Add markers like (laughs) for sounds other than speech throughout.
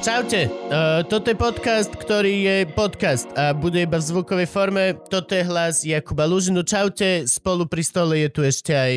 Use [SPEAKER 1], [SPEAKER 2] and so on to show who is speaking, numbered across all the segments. [SPEAKER 1] Čaute, uh, toto je podcast, ktorý je podcast a bude iba v zvukovej forme. Toto je hlas Jakuba Lužinu. Čaute, spolu pri stole je tu ešte aj...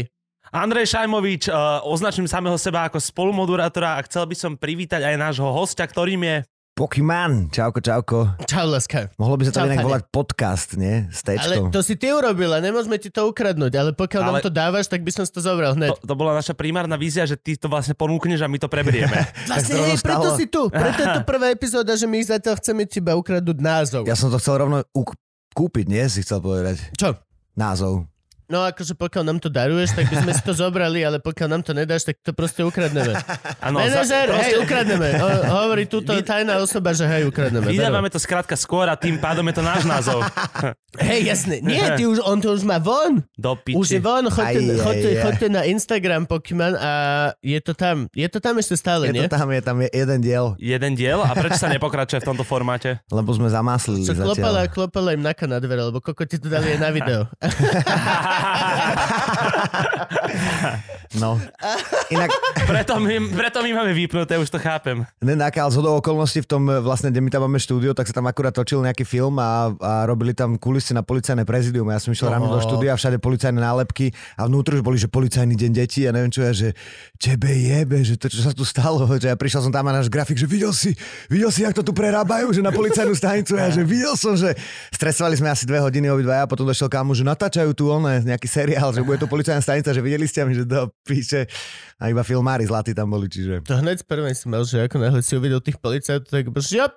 [SPEAKER 2] Andrej Šajmovič, uh, označím samého seba ako spolumodurátora a chcel by som privítať aj nášho hostia, ktorým je...
[SPEAKER 3] Pokiman, čauko, čauko.
[SPEAKER 1] Čau, láska.
[SPEAKER 3] Mohlo by sa to
[SPEAKER 1] Čau,
[SPEAKER 3] inak
[SPEAKER 1] Pane.
[SPEAKER 3] volať podcast, nie? S
[SPEAKER 1] Ale
[SPEAKER 3] tečkom.
[SPEAKER 1] to si ty urobila, nemôžeme ti to ukradnúť, ale pokiaľ ale... nám
[SPEAKER 2] Ale-
[SPEAKER 1] to dávaš, tak by som si to zobral hneď.
[SPEAKER 2] To, to bola naša primárna vízia, že ty to vlastne ponúkneš a my to
[SPEAKER 1] (laughs)
[SPEAKER 2] preberieme.
[SPEAKER 1] Vlastne,
[SPEAKER 3] to rovno
[SPEAKER 1] hej, preto
[SPEAKER 3] stalo.
[SPEAKER 1] si tu, preto je to prvá epizóda, že my zatiaľ chceme teba ukradnúť názov.
[SPEAKER 3] Ja som to chcel rovno uk- kúpiť, nie? Si chcel povedať.
[SPEAKER 1] Čo?
[SPEAKER 3] Názov.
[SPEAKER 1] No akože pokiaľ nám to daruješ, tak by sme si to zobrali, ale pokiaľ nám to nedáš, tak to proste ukradneme. No,
[SPEAKER 2] Áno,
[SPEAKER 1] Manažer,
[SPEAKER 2] za-
[SPEAKER 1] hej, ukradneme. O, hovorí túto tajná osoba, že hej, ukradneme.
[SPEAKER 2] Vydávame to skrátka skôr a tým pádom je to náš
[SPEAKER 1] (laughs)
[SPEAKER 2] názov.
[SPEAKER 1] Beru. Hej, jasne. Nie, ty už, on to už má von.
[SPEAKER 2] Do piči.
[SPEAKER 1] Už je von, chodte,
[SPEAKER 3] Aj, aj,
[SPEAKER 1] chodte,
[SPEAKER 3] aj.
[SPEAKER 1] chodte na Instagram Pokémon a je to tam. Je to tam ešte stále,
[SPEAKER 3] Je
[SPEAKER 1] nie?
[SPEAKER 3] to tam, je tam je jeden diel,
[SPEAKER 2] Jeden diel a prečo sa nepokračuje v tomto
[SPEAKER 1] (laughs)
[SPEAKER 2] formáte?
[SPEAKER 3] lebo sme zamaslili
[SPEAKER 1] Čo klopala,
[SPEAKER 3] zatiaľ.
[SPEAKER 1] klopala im naka na dvere, lebo koko ti to dali aj na video. (laughs)
[SPEAKER 3] No. Inak,
[SPEAKER 2] Preto my, preto my máme vypnuté, už to chápem.
[SPEAKER 3] nenáka, ale zhodou okolností v tom e, vlastne, kde my tam máme štúdio, tak sa tam akurát točil nejaký film a, a robili tam kulisy na policajné prezidium. Ja som išiel ráno do štúdia a všade policajné nálepky a vnútri už boli, že policajný deň detí a neviem čo ja, že tebe jebe, že to, čo sa tu stalo, (laughs) že ja prišiel som tam a náš grafik, že videl si, videl si, jak to tu prerábajú, že na policajnú stanicu ja, že videl som, že stresovali sme asi dve hodiny obidva a potom došiel kámo, že natáčajú tu one, nejaký seriál, že bude to policajná stanica, že videli ste mi, že to píše a iba filmári zlatí tam boli, čiže...
[SPEAKER 1] To hneď z prvej si mal, že ako náhle si uvidel tých policajtov, tak bož, jop,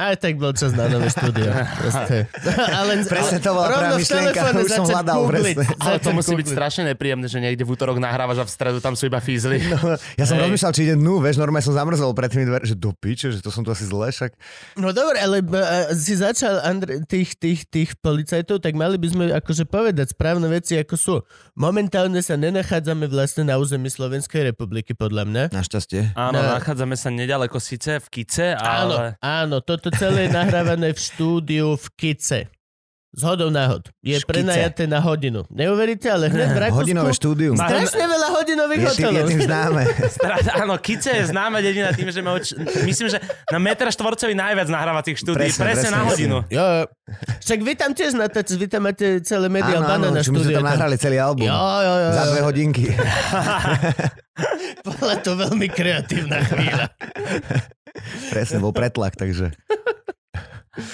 [SPEAKER 1] aj tak bol čas na nové štúdio.
[SPEAKER 2] (laughs)
[SPEAKER 1] Proste. (laughs) ale,
[SPEAKER 3] Presne to bola
[SPEAKER 1] rovno v
[SPEAKER 3] práve myšlienka,
[SPEAKER 1] telefóne
[SPEAKER 3] už som
[SPEAKER 1] začať
[SPEAKER 3] hľadal,
[SPEAKER 1] googliť,
[SPEAKER 3] presne.
[SPEAKER 2] Ale to
[SPEAKER 1] začať
[SPEAKER 2] musí byť
[SPEAKER 1] googliť.
[SPEAKER 2] strašne nepríjemné, že niekde v útorok nahrávaš a v stredu tam sú iba fízly.
[SPEAKER 1] No.
[SPEAKER 3] No, Ja som
[SPEAKER 2] Hej.
[SPEAKER 3] rozmýšľal, či ide dnu, vieš, normálne som zamrzol pred tými dverami, že do piče, že to som tu asi zle, však.
[SPEAKER 1] No dobre, ale uh, si začal Andr- tých, tých, tých policajtov, tak mali by sme akože povedať správne veci, ako sú. Momentálne sa nenachádzame vlastne na území Slovenskej republiky, podľa mňa.
[SPEAKER 3] Našťastie.
[SPEAKER 2] Áno,
[SPEAKER 1] Ne.
[SPEAKER 2] nachádzame sa nedaleko síce v Kice,
[SPEAKER 1] No. Áno,
[SPEAKER 2] ale...
[SPEAKER 1] áno, toto celé je nahrávané v štúdiu v Kice. Z hodou náhod. Je
[SPEAKER 3] Škice. Eh,
[SPEAKER 1] prenajaté na hodinu. Neuveríte, ale hneď v
[SPEAKER 3] Hodinové
[SPEAKER 1] Rakúsku
[SPEAKER 3] štúdium.
[SPEAKER 2] Ma-
[SPEAKER 1] strašne veľa hodinových
[SPEAKER 3] Je tým, je
[SPEAKER 1] hotelov.
[SPEAKER 3] tým známe.
[SPEAKER 2] Teraz, áno, Kice je známa dedina tým, že má oč... myslím, že na meter štvorcový najviac nahrávacích štúdií, presne, presne,
[SPEAKER 3] Presne, presne,
[SPEAKER 2] na
[SPEAKER 3] presne.
[SPEAKER 2] hodinu.
[SPEAKER 1] Jo, jo. však vy tam tiež natáčate, vy tam máte celé
[SPEAKER 3] Áno,
[SPEAKER 1] medial
[SPEAKER 3] áno,
[SPEAKER 1] banana
[SPEAKER 3] že my sme
[SPEAKER 1] štúdio.
[SPEAKER 3] tam
[SPEAKER 1] tam.
[SPEAKER 3] nahrali celý album.
[SPEAKER 1] Jo, jo, jo.
[SPEAKER 3] Za
[SPEAKER 1] jo.
[SPEAKER 3] dve hodinky. (laughs)
[SPEAKER 1] Bola to veľmi kreatívna chvíľa.
[SPEAKER 3] Presne, bol pretlak, takže.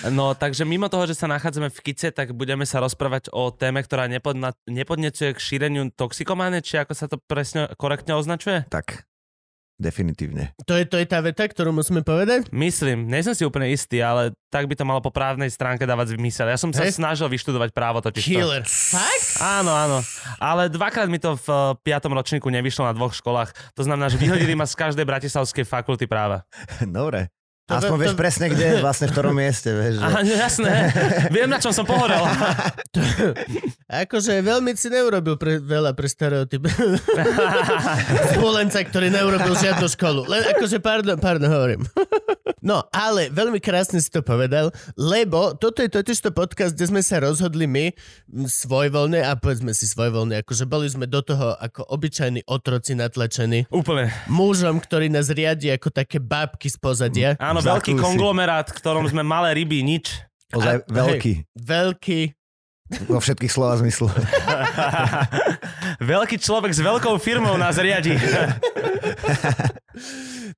[SPEAKER 2] No, takže mimo toho, že sa nachádzame v Kice, tak budeme sa rozprávať o téme, ktorá nepodna- nepodnecuje k šíreniu toxikománe, či ako sa to presne korektne označuje?
[SPEAKER 3] Tak, definitívne.
[SPEAKER 1] To je, to je tá veta, ktorú musíme povedať?
[SPEAKER 2] Myslím, nie som si úplne istý, ale tak by to malo po právnej stránke dávať zmysel. Ja som sa
[SPEAKER 1] Hej.
[SPEAKER 2] snažil vyštudovať právo totiž. to.
[SPEAKER 1] Killer. Fakt?
[SPEAKER 2] Áno, áno. Ale dvakrát mi to v e, piatom ročníku nevyšlo na dvoch školách. To znamená, že vyhodili ma z každej bratislavskej fakulty práva.
[SPEAKER 3] Dobre.
[SPEAKER 1] To-
[SPEAKER 3] Aspoň
[SPEAKER 1] to-
[SPEAKER 3] vieš presne, kde, vlastne v ktorom mieste, vieš. Že...
[SPEAKER 2] Aha, no jasné. Viem, na čom som pohorel.
[SPEAKER 1] Akože veľmi si neurobil pre, veľa pre (laughs) stereotyp. Spolenca, ktorý neurobil žiadnu školu. Len akože, pardon, pardon, hovorím. (laughs) No, ale veľmi krásne si to povedal, lebo toto je totiž to podcast, kde sme sa rozhodli my m, svojvoľne, a povedzme si svojvoľne, akože boli sme do toho ako obyčajní otroci natlačení
[SPEAKER 2] Úplne.
[SPEAKER 1] mužom, ktorý nás riadi ako také babky z pozadia.
[SPEAKER 2] Áno,
[SPEAKER 3] Zakúsi.
[SPEAKER 2] veľký konglomerát, v ktorom sme malé ryby, nič.
[SPEAKER 3] Ozaj
[SPEAKER 1] A-
[SPEAKER 3] veľký.
[SPEAKER 1] Veľký
[SPEAKER 3] Vo všetkých slova
[SPEAKER 1] (laughs)
[SPEAKER 3] zmyslu.
[SPEAKER 2] Veľký človek s veľkou firmou nás riadi.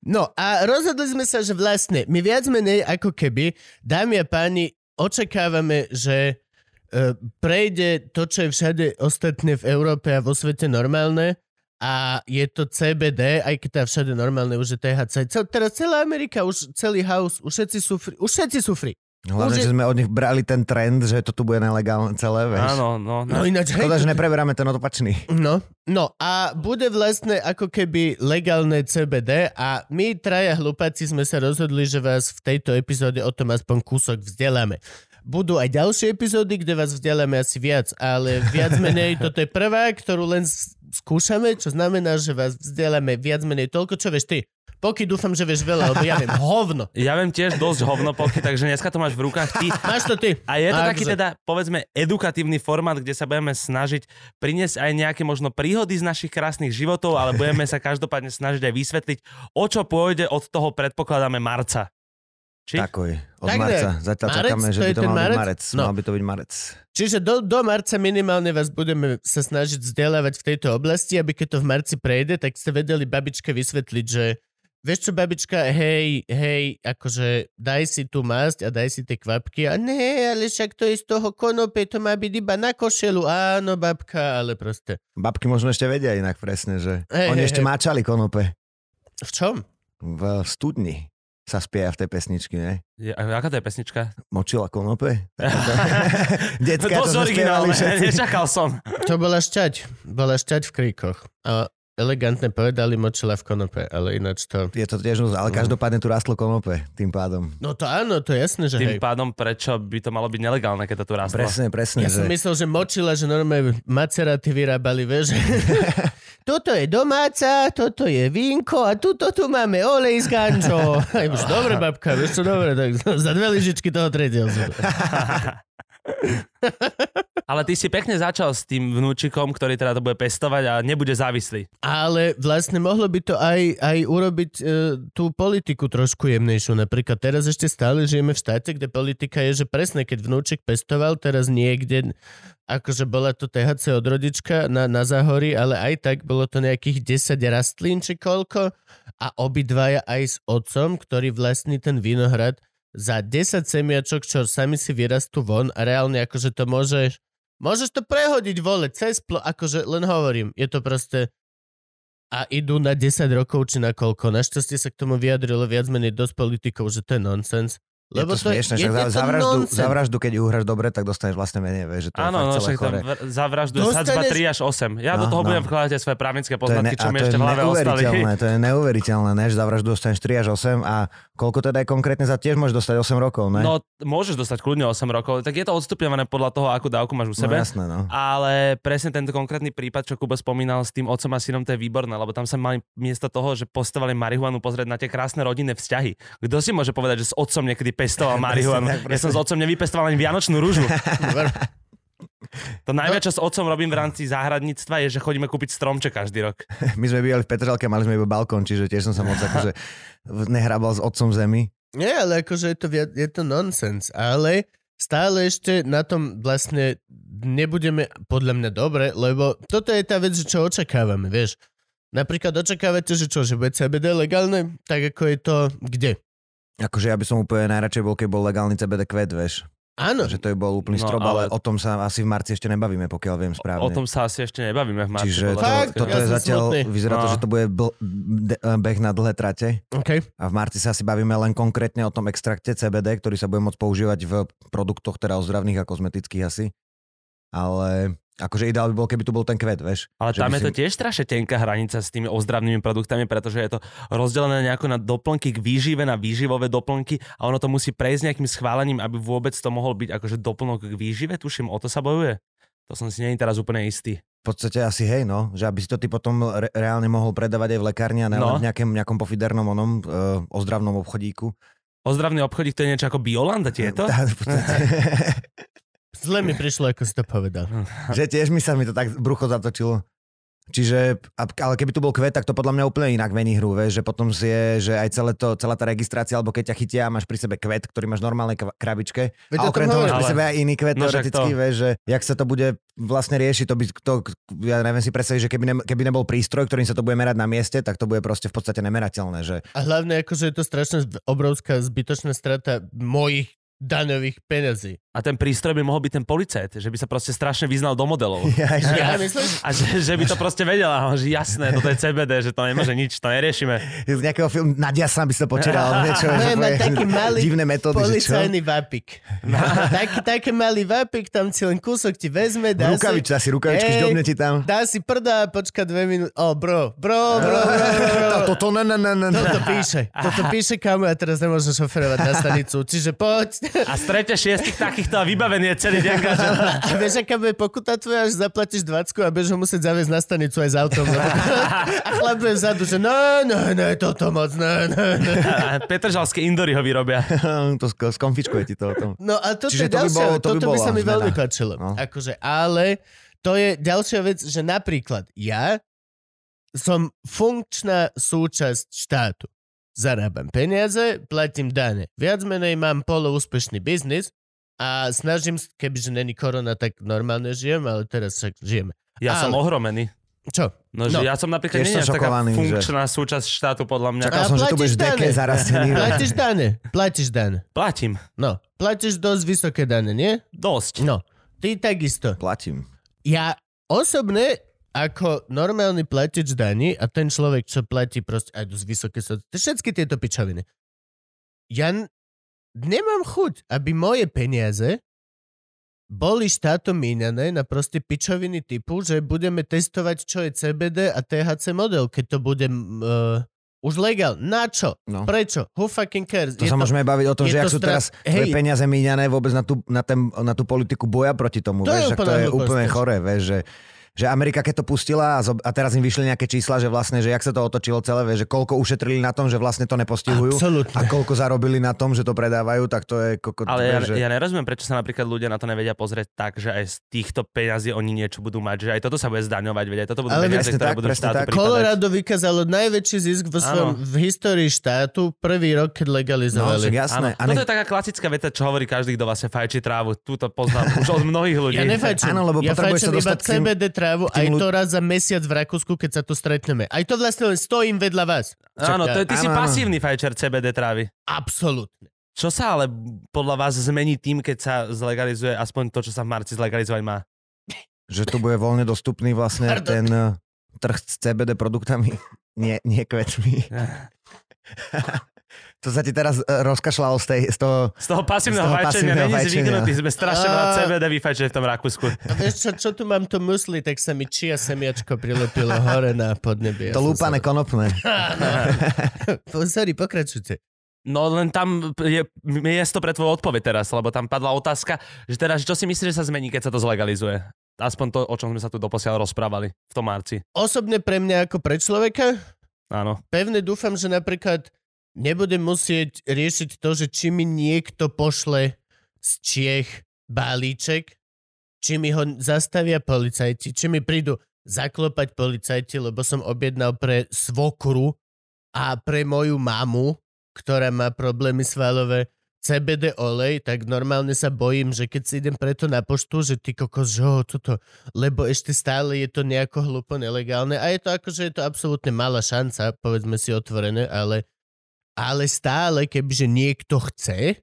[SPEAKER 1] No a rozhodli sme sa, že vlastne my viac menej ako keby, dámy a páni, očakávame, že e, prejde to, čo je všade ostatné v Európe a vo svete normálne a je to CBD, aj keď tá všade normálne už je THC. Cel, teraz celá Amerika, už celý house, už všetci sú free. Už všetci sú free.
[SPEAKER 3] Hlavne,
[SPEAKER 1] Už je-
[SPEAKER 3] že sme od nich brali ten trend, že to tu bude nelegálne celé, vieš.
[SPEAKER 2] Áno, no.
[SPEAKER 1] No
[SPEAKER 2] no.
[SPEAKER 1] ináč, hej,
[SPEAKER 3] Škoda, že nepreberáme ten opačný.
[SPEAKER 1] No, no a bude vlastne ako keby legálne CBD a my traja hlupáci sme sa rozhodli, že vás v tejto epizóde o tom aspoň kúsok vzdeláme. Budú aj ďalšie epizódy, kde vás vzdeláme asi viac, ale viac menej
[SPEAKER 2] (laughs)
[SPEAKER 1] toto je prvá, ktorú len s- skúšame, čo znamená, že vás vzdeláme viac menej toľko, čo vieš ty. Poky dúfam, že vieš veľa, lebo ja viem hovno.
[SPEAKER 2] Ja viem tiež dosť hovno poky, takže dneska to máš v rukách ty.
[SPEAKER 1] Máš to ty.
[SPEAKER 2] A je to
[SPEAKER 1] Takže-
[SPEAKER 2] taký teda, povedzme, edukatívny formát, kde sa budeme snažiť priniesť aj nejaké možno príhody z našich krásnych životov, ale budeme sa každopádne snažiť aj vysvetliť, o čo pôjde od toho predpokladáme marca. Či?
[SPEAKER 3] Takoj, od
[SPEAKER 1] Tak,
[SPEAKER 3] marca. Zatiaľ
[SPEAKER 1] marec,
[SPEAKER 3] čakáme,
[SPEAKER 1] to
[SPEAKER 3] že by
[SPEAKER 1] je
[SPEAKER 3] to
[SPEAKER 1] ten
[SPEAKER 3] mal byť
[SPEAKER 1] marec?
[SPEAKER 3] marec.
[SPEAKER 1] No.
[SPEAKER 3] Mal by to byť marec.
[SPEAKER 1] Čiže do, do marca minimálne vás budeme sa snažiť vzdelávať v tejto oblasti, aby keď to v marci prejde, tak ste vedeli babičke vysvetliť, že vieš čo, babička, hej, hej, akože daj si tú masť a daj si tie kvapky. A ne, ale však to je z toho konope, to má byť iba na košelu. Áno, babka, ale proste.
[SPEAKER 3] Babky možno ešte vedia inak presne, že
[SPEAKER 1] Hej,
[SPEAKER 3] oni
[SPEAKER 1] hej,
[SPEAKER 3] ešte
[SPEAKER 1] hej.
[SPEAKER 3] máčali konope.
[SPEAKER 1] V čom?
[SPEAKER 3] V studni sa spieva v tej pesničke, ne?
[SPEAKER 2] Je, a- aká to je pesnička?
[SPEAKER 3] Močila konope?
[SPEAKER 1] (laughs)
[SPEAKER 3] Detská, to
[SPEAKER 2] Dosť
[SPEAKER 3] sme spievali
[SPEAKER 2] originálne,
[SPEAKER 3] všetci.
[SPEAKER 2] (laughs) nečakal som.
[SPEAKER 1] To bola šťať. Bola šťať v kríkoch. A elegantne povedali, močila v konope, ale ináč to...
[SPEAKER 3] Je to tiež nus, ale každopádne tu rastlo konope tým pádom.
[SPEAKER 1] No to áno, to je jasné, že hej.
[SPEAKER 2] Tým pádom, prečo by to malo byť nelegálne, keď to tu rastlo?
[SPEAKER 3] Presne,
[SPEAKER 1] Ja
[SPEAKER 3] presne. že...
[SPEAKER 1] som myslel, že močila, že normálne maceraty vyrábali, vieš. toto je domáca, toto je vínko a tuto tu máme olej z gančo. Aj už, dobre, babka, vieš čo, dobre, tak (laughs) za dve lyžičky toho tretieho. sú to.
[SPEAKER 2] Ale ty si pekne začal s tým vnúčikom, ktorý teda to bude pestovať a nebude závislý.
[SPEAKER 1] Ale vlastne mohlo by to aj, aj urobiť e, tú politiku trošku jemnejšiu. Napríklad teraz ešte stále žijeme v štáte, kde politika je, že presne keď vnúčik pestoval, teraz niekde, akože bola to THC od rodička na, na Zahori, ale aj tak bolo to nejakých 10 rastlín či koľko a obidvaja aj s otcom, ktorý vlastní ten vinohrad za 10 semiačok, čo sami si vyrastú von a reálne akože to môžeš Môžeš to prehodiť, vole, cez plo, akože len hovorím, je to proste, a idú na 10 rokov či na koľko. Našťastie sa k tomu vyjadrilo viac menej dosť politikov, že to je nonsens. Lebo
[SPEAKER 3] je to smiešne, že za,
[SPEAKER 1] to
[SPEAKER 3] za, vraždu,
[SPEAKER 1] nonsens.
[SPEAKER 3] za vraždu, keď ju hráš dobre, tak dostaneš vlastne menej, vieš, že to je
[SPEAKER 2] Áno,
[SPEAKER 3] fakt
[SPEAKER 2] no
[SPEAKER 3] celé
[SPEAKER 2] však tam
[SPEAKER 3] chore.
[SPEAKER 2] vr- za vraždu je
[SPEAKER 1] Dostaneš-
[SPEAKER 2] sadzba 3 až 8. Ja do
[SPEAKER 3] No,
[SPEAKER 2] toho
[SPEAKER 3] no.
[SPEAKER 2] budem vkladať aj svoje právnické
[SPEAKER 3] To je
[SPEAKER 2] poznatky,
[SPEAKER 3] ne-
[SPEAKER 2] čo
[SPEAKER 3] a
[SPEAKER 2] mi
[SPEAKER 3] to je
[SPEAKER 2] ešte v hlave ostali.
[SPEAKER 3] neuveriteľné, to je neuveriteľné, ne, že za vraždu dostaneš 3 až 8 a koľko teda je konkrétne za tiež môžeš dostať 8 rokov, ne?
[SPEAKER 2] No, t- môžeš dostať kľudne 8 rokov, tak je to odstupňované podľa toho, akú dávku máš u
[SPEAKER 3] no
[SPEAKER 2] sebe.
[SPEAKER 3] jasné, no. (laughs)
[SPEAKER 2] Ale presne tento konkrétny prípad, čo Kubo spomínal s tým otcom a synom, to je výborné, lebo tam sa mali miesto toho, že postovali marihuanu pozrieť na tie krásne rodinné vzťahy. Kto si môže povedať, že s otcom niekedy pestoval
[SPEAKER 3] (laughs)
[SPEAKER 2] marihuanu?
[SPEAKER 3] tak,
[SPEAKER 2] ja som s otcom nevypestoval ani vianočnú rúžu.
[SPEAKER 1] (laughs)
[SPEAKER 3] No.
[SPEAKER 2] To najviac, čo s otcom robím v rámci záhradníctva, je, že chodíme kúpiť stromček každý rok.
[SPEAKER 3] My sme bývali v Petržalke a mali sme iba balkón, čiže tiež som sa moc akože nehrabal s otcom zemi.
[SPEAKER 1] Nie, ale akože je to, viac, je to nonsens. Ale stále ešte na tom vlastne nebudeme podľa mňa dobre, lebo toto je tá vec, že čo očakávame, vieš. Napríklad očakávate, že čo, že bude CBD legálne? Tak ako je to kde?
[SPEAKER 3] Akože ja by som úplne najradšej bol, keď bol legálny CBD kvet, vieš.
[SPEAKER 1] Áno,
[SPEAKER 3] Že to je bol úplný
[SPEAKER 2] No,
[SPEAKER 3] strob,
[SPEAKER 2] ale-
[SPEAKER 3] ale... o tom sa asi v marci ešte nebavíme, pokiaľ viem správne.
[SPEAKER 2] O tom sa asi ešte nebavíme v marci. podľa
[SPEAKER 3] Čiže to,
[SPEAKER 2] toho,
[SPEAKER 1] Fakt?
[SPEAKER 2] odkiaľ-
[SPEAKER 3] toto
[SPEAKER 1] Ja
[SPEAKER 3] je
[SPEAKER 1] som
[SPEAKER 3] zatiaľ,
[SPEAKER 1] smutný.
[SPEAKER 3] vyzerá to,
[SPEAKER 2] No.
[SPEAKER 3] že to bude bl- de- beh na dlhé trate
[SPEAKER 1] okej.
[SPEAKER 3] a v marci sa asi bavíme len konkrétne o tom extrakte CBD, ktorý sa bude môcť používať v produktoch teda ozdravných a kozmetických asi. Ale akože ideál by bol, keby tu bol ten kvet, vieš.
[SPEAKER 2] Ale
[SPEAKER 3] Že
[SPEAKER 2] tam
[SPEAKER 3] by
[SPEAKER 2] je
[SPEAKER 3] si-
[SPEAKER 2] to tiež strašne tenká hranica s tými ozdravnými produktami, pretože je to rozdelené nejako na doplnky k výžive, na výživové doplnky a ono to musí prejsť nejakým schválením, aby vôbec to mohol byť akože doplnok k výžive, tuším, o to sa bojuje. To som si není teraz úplne istý.
[SPEAKER 3] V podstate asi hej, no. Že aby si to ty potom re- reálne mohol predávať aj v lekárni a
[SPEAKER 2] No.
[SPEAKER 3] nelen v nejakém, nejakom pofidernom onom e, ozdravnom obchodíku.
[SPEAKER 2] Ozdravný obchodík to je niečo ako Biolanda, tieto?
[SPEAKER 3] (laughs) Tá, v podstate,
[SPEAKER 2] (laughs)
[SPEAKER 1] Zle mi prišlo, ako si to povedal.
[SPEAKER 3] že tiež mi sa mi to tak brucho zatočilo. Čiže, a- ale keby tu bol kvet, tak to podľa mňa úplne inak mení hru, vieš, že potom si je, že aj celé to, celá tá registrácia, alebo keď ťa chytia a máš pri sebe kvet, ktorý máš v normálnej kva- krabičke,
[SPEAKER 1] (laughs) Veď
[SPEAKER 3] a
[SPEAKER 1] o tom
[SPEAKER 3] okrem toho máš
[SPEAKER 1] hovorím.
[SPEAKER 3] pri
[SPEAKER 2] Ale-
[SPEAKER 3] sebe aj iný kvet
[SPEAKER 2] No však
[SPEAKER 3] teoreticky,
[SPEAKER 2] to.
[SPEAKER 3] vieš, že jak sa to bude vlastne riešiť, to by, to, ja neviem si predstaviť, že keby, ne, keby nebol prístroj, ktorým sa to bude merať na mieste, tak to bude proste v podstate nemerateľné, že
[SPEAKER 1] A hlavne akože je to strašne zb- obrovská zbytočná strata mojich daňových (laughs) peniazí.
[SPEAKER 2] A ten prístroj by mohol byť ten policajt, že by sa proste strašne vyznal do modelov.
[SPEAKER 3] Ja, (laughs) že,
[SPEAKER 1] (laughs) Ja myslíš?
[SPEAKER 2] A že, že by to proste vedela, (laughs) A on, že jasné, toto je CBD, že to nemôže nič, to neriešime.
[SPEAKER 3] z nejakého filmu Nadia sa by si to počíral,
[SPEAKER 1] (laughs)
[SPEAKER 3] alebo niečo.
[SPEAKER 1] No,
[SPEAKER 3] že
[SPEAKER 1] má
[SPEAKER 3] to je
[SPEAKER 1] taký malý
[SPEAKER 3] divné metódy, že čo?
[SPEAKER 1] Policajný
[SPEAKER 3] (laughs)
[SPEAKER 1] vapik. Taký, taký malý vapik, tam si len kúsok ti vezme, dá
[SPEAKER 3] Rukavička si, rukavičky,
[SPEAKER 1] Hej.
[SPEAKER 3] žďobne ti tam.
[SPEAKER 1] si, dá si prda a počka dve minúty. O, bro, bro, bro, bro, bro,
[SPEAKER 3] (laughs)
[SPEAKER 1] bro.
[SPEAKER 3] Tá- Toto ne, ne, ne, ne.
[SPEAKER 1] Toto píše, toto píše kamu a teraz nemôžem šoferovať na stanicu, čiže poď.
[SPEAKER 2] A strete šiestich takýchto a vybavený je celý deň.
[SPEAKER 3] (laughs)
[SPEAKER 2] každý.
[SPEAKER 1] A vieš, aká bude pokuta tvoja, že zaplatíš 20 a budeš ho musieť zaviesť na stanicu aj s autom. (laughs) a chlap bude vzadu, že no, no, no, toto moc, no, no, no.
[SPEAKER 2] A Petržalské indory ho vyrobia.
[SPEAKER 3] (laughs) to sk- skonfičkuje ti to. o tom.
[SPEAKER 1] No a toto
[SPEAKER 3] Čiže
[SPEAKER 1] je
[SPEAKER 3] to by
[SPEAKER 1] ďalšia, to
[SPEAKER 3] bolo- to by
[SPEAKER 1] toto by,
[SPEAKER 3] bola
[SPEAKER 1] sa mi
[SPEAKER 3] zmena.
[SPEAKER 1] veľmi páčilo.
[SPEAKER 3] No.
[SPEAKER 1] Akože, ale to je ďalšia vec, že napríklad ja som funkčná súčasť štátu. Zarábam peniaze, platím dane. Viac menej mám poloúspešný biznis a snažím, s- kebyže není korona, tak normálne žijem, ale teraz však žijeme.
[SPEAKER 2] Ja som
[SPEAKER 1] Ale-
[SPEAKER 2] ohromený.
[SPEAKER 1] Čo?
[SPEAKER 2] No,
[SPEAKER 1] No.
[SPEAKER 2] že ja som napríklad
[SPEAKER 3] Tiež
[SPEAKER 2] nie
[SPEAKER 3] som
[SPEAKER 2] je taká
[SPEAKER 3] šokovaný, že-
[SPEAKER 2] funkčná súčasť štátu, podľa mňa.
[SPEAKER 1] Čaká-
[SPEAKER 3] Čakal som, že tu
[SPEAKER 1] platíš
[SPEAKER 3] budeš deke
[SPEAKER 1] dane.
[SPEAKER 3] zarastený.
[SPEAKER 1] (laughs) Platíš dane, platíš dane.
[SPEAKER 2] Platím.
[SPEAKER 1] No, platíš dosť vysoké dane, nie?
[SPEAKER 2] Dosť.
[SPEAKER 1] No, ty takisto.
[SPEAKER 3] (laughs) Platím.
[SPEAKER 1] Ja osobne ako normálny platič daní a ten človek, čo platí proste aj dosť vysoké soc, všetky tieto pičoviny. Ja n- nemám chuť, aby moje peniaze boli štátom míňané na proste pičoviny typu, že budeme testovať, čo je CBD a THC model, keď to bude uh, už legál. Na čo?
[SPEAKER 3] No.
[SPEAKER 1] Prečo? Who fucking cares?
[SPEAKER 3] To je sa to, môžeme baviť o tom,
[SPEAKER 1] je
[SPEAKER 3] že
[SPEAKER 1] to
[SPEAKER 3] ak sú
[SPEAKER 1] stra-
[SPEAKER 3] teraz
[SPEAKER 1] Hej.
[SPEAKER 3] tvoje peniaze míňané vôbec na tú, na, ten, na tú politiku boja proti tomu.
[SPEAKER 1] To je
[SPEAKER 3] vieš, že
[SPEAKER 1] úplná
[SPEAKER 3] to je
[SPEAKER 1] hlúposť,
[SPEAKER 3] úplne
[SPEAKER 1] vieš.
[SPEAKER 3] choré, vieš, že že Amerika keď to pustila a, zo, a teraz im vyšli nejaké čísla, že vlastne, že jak sa to otočilo celé, vieš, že koľko ušetrili na tom, že vlastne to nepostihujú
[SPEAKER 1] Absolutne.
[SPEAKER 3] a koľko zarobili na tom, že to predávajú, tak to je kokot.
[SPEAKER 2] Ale ja,
[SPEAKER 3] vieš, že...
[SPEAKER 2] ja nerozumiem, prečo sa napríklad ľudia na to nevedia pozrieť tak, že aj z týchto peňazí oni niečo budú mať, že aj toto sa bude zdaňovať, veď aj toto budú
[SPEAKER 1] Ale
[SPEAKER 2] peniaze,
[SPEAKER 3] presne
[SPEAKER 2] ktoré
[SPEAKER 3] tak,
[SPEAKER 2] budú
[SPEAKER 3] presne
[SPEAKER 2] štátu
[SPEAKER 3] tak.
[SPEAKER 2] pripadať.
[SPEAKER 1] Colorado vykázalo najväčší zisk v, svojom,
[SPEAKER 2] Áno.
[SPEAKER 1] v histórii štátu prvý rok, keď
[SPEAKER 3] no,
[SPEAKER 1] legalizovali.
[SPEAKER 3] však jasné.
[SPEAKER 2] Áno. Toto je taká klasická veta, čo hovorí každý, kto vlastne fajčí trávu. Túto
[SPEAKER 3] (laughs)
[SPEAKER 2] poznám už od mnohých ľudí.
[SPEAKER 1] Ja nefajčím.
[SPEAKER 3] Áno, lebo
[SPEAKER 1] ja fajčím
[SPEAKER 3] potrebuješ sa
[SPEAKER 1] iba
[SPEAKER 3] dostať k tým-
[SPEAKER 1] CBD trávu,
[SPEAKER 3] tým
[SPEAKER 1] aj
[SPEAKER 3] ľud-
[SPEAKER 1] to raz za mesiac v Rakúsku, keď sa tu stretneme. Aj to vlastne len stojím vedľa vás.
[SPEAKER 2] Áno, to je, ty si
[SPEAKER 3] Áno, áno.
[SPEAKER 2] pasívny fajčer CBD trávy.
[SPEAKER 1] Absolutne.
[SPEAKER 2] Čo sa ale podľa vás zmení tým, keď sa zlegalizuje aspoň to, čo sa v marci zlegalizovať má?
[SPEAKER 3] Že tu bude voľne dostupný vlastne
[SPEAKER 1] Pardon.
[SPEAKER 3] ten eh, trh s CBD produktami, (laughs) nie, nie
[SPEAKER 1] (laughs)
[SPEAKER 3] kvetmi. to sa ti teraz eh, rozkašľalo z, tej, z toho...
[SPEAKER 2] Z toho pasívneho
[SPEAKER 3] Z toho
[SPEAKER 2] fajčenia
[SPEAKER 3] pasívneho
[SPEAKER 2] není
[SPEAKER 3] fajčenia. Ah.
[SPEAKER 2] zvyknutý. Sme strašne
[SPEAKER 1] A-
[SPEAKER 2] veľa CBD vyfajčili v tom
[SPEAKER 3] (laughs)
[SPEAKER 2] Rakúsku.
[SPEAKER 1] A vieš čo, čo tu mám to musli, tak sa mi čia semiačko prilepilo hore na podnebie. Ja
[SPEAKER 3] to
[SPEAKER 1] som
[SPEAKER 3] lúpané
[SPEAKER 1] sa-
[SPEAKER 3] konopné.
[SPEAKER 1] (laughs) Po- Sorry, pokračujte.
[SPEAKER 2] No len tam je miesto pre tvoju odpoveď teraz, lebo tam padla otázka, že teraz čo si myslíš, že sa zmení, keď sa to zlegalizuje? Aspoň to, o čom sme sa tu doposiaľ rozprávali v tom marci.
[SPEAKER 1] Osobne pre mňa ako pre človeka,
[SPEAKER 2] Áno.
[SPEAKER 1] pevne dúfam, že napríklad nebudem musieť riešiť to, že či mi niekto pošle z Čiech balíček, či mi ho zastavia policajti, či mi prídu zaklopať policajti, lebo som objednal pre svokru a pre moju mamu, ktorá má problémy svalové, CBD olej, tak normálne sa bojím, že keď si idem preto na poštu, že ty kokos, že ho, toto, lebo ešte stále je to nejako hlupo nelegálne a je to akože je to absolútne malá šanca, povedzme si otvorené, ale, ale stále, kebyže niekto chce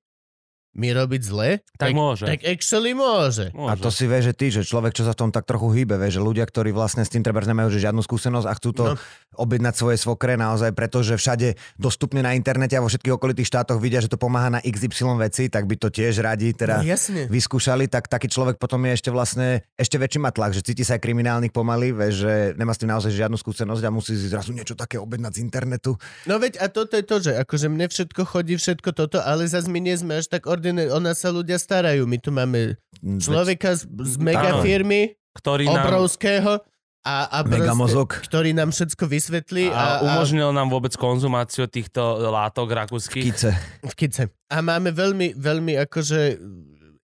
[SPEAKER 1] mi robiť zle,
[SPEAKER 2] Tak, môže.
[SPEAKER 1] tak actually môže.
[SPEAKER 2] môže.
[SPEAKER 3] A to si vie, že ty, že človek, čo sa v tom tak trochu hýbe, vie, že ľudia, ktorí vlastne s tým treba nemajú že žiadnu skúsenosť a chcú to
[SPEAKER 1] No.
[SPEAKER 3] no. objednať svoje svokre naozaj, pretože všade dostupne na internete a vo všetkých okolitých štátoch vidia, že to pomáha na XY veci, tak by to tiež radi
[SPEAKER 1] No,
[SPEAKER 3] teda
[SPEAKER 1] jasne.
[SPEAKER 3] vyskúšali, tak taký človek potom je ešte vlastne ešte väčší matlak, že cíti sa aj kriminálnik pomaly, vieš, že nemá s tým naozaj žiadnu skúsenosť a musí si zrazu niečo také objednať z internetu.
[SPEAKER 1] No veď a toto je to, že akože mne všetko chodí, všetko toto, ale zase my nie sme až tak ordiné, o nás sa ľudia starajú. My tu máme
[SPEAKER 3] Mm,
[SPEAKER 1] človeka z, z
[SPEAKER 2] Áno.
[SPEAKER 1] mega firmy,
[SPEAKER 2] Ktorý nám
[SPEAKER 1] obrovského, a, a
[SPEAKER 3] veď Mega
[SPEAKER 1] proste-
[SPEAKER 3] mozog.
[SPEAKER 1] ktorý nám všetko vysvetlí a,
[SPEAKER 2] a
[SPEAKER 1] a,
[SPEAKER 2] umožnil nám vôbec konzumáciu týchto látok rakúskych.
[SPEAKER 3] Kice.
[SPEAKER 1] v kice. A máme veľmi, veľmi akože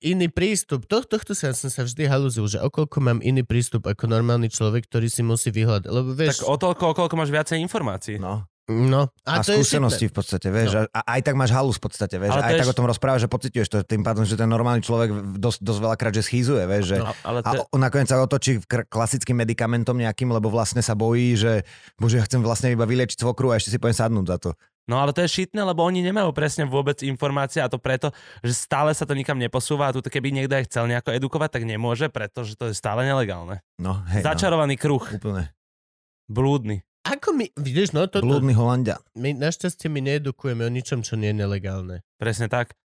[SPEAKER 1] iný prístup. To, tohto sa, som sa vždy halúzil, že okolko mám iný prístup ako normálny človek, ktorý si musí vyhľadať. Lebo
[SPEAKER 2] Tak
[SPEAKER 1] vieš,
[SPEAKER 2] o toľko, o koľko máš viacej informácií.
[SPEAKER 3] No.
[SPEAKER 1] no, a,
[SPEAKER 3] A, a
[SPEAKER 1] to je šitné.
[SPEAKER 3] skúsenosti v podstate, vieš, no. a aj tak máš halus v podstate, vieš,
[SPEAKER 2] Ale to
[SPEAKER 3] aj
[SPEAKER 2] je
[SPEAKER 3] tak
[SPEAKER 2] š-
[SPEAKER 3] o tom rozprávaš, že pociťuješ to tým pádom, že ten normálny človek v- dosť, dosť veľakrát, že schýzuje, vieš, že...
[SPEAKER 2] No, A, ale
[SPEAKER 3] No, A
[SPEAKER 2] to,
[SPEAKER 3] o- nakoniec sa otočí k klasickým medikamentom nejakým, lebo vlastne sa bojí, že bože, ja chcem vlastne iba vyliečiť svokru a ešte si poviem sadnúť za to.
[SPEAKER 2] no ale to je šitné, lebo oni nemajú presne vôbec informácie a to preto, že stále sa to nikam neposúva a tu keby niekto aj chcel nejako edukovať, tak nemôže, pretože to je stále nelegálne.
[SPEAKER 3] No, hej,
[SPEAKER 2] Začarovaný kruh,
[SPEAKER 3] no, úplne.
[SPEAKER 2] blúdny.
[SPEAKER 1] Ako my, vidíš, no toto,
[SPEAKER 3] Blúdny Holandia.
[SPEAKER 1] my našťastie my needukujeme o ničom, čo nie je (laughs) nelegálne.
[SPEAKER 2] Presne tak.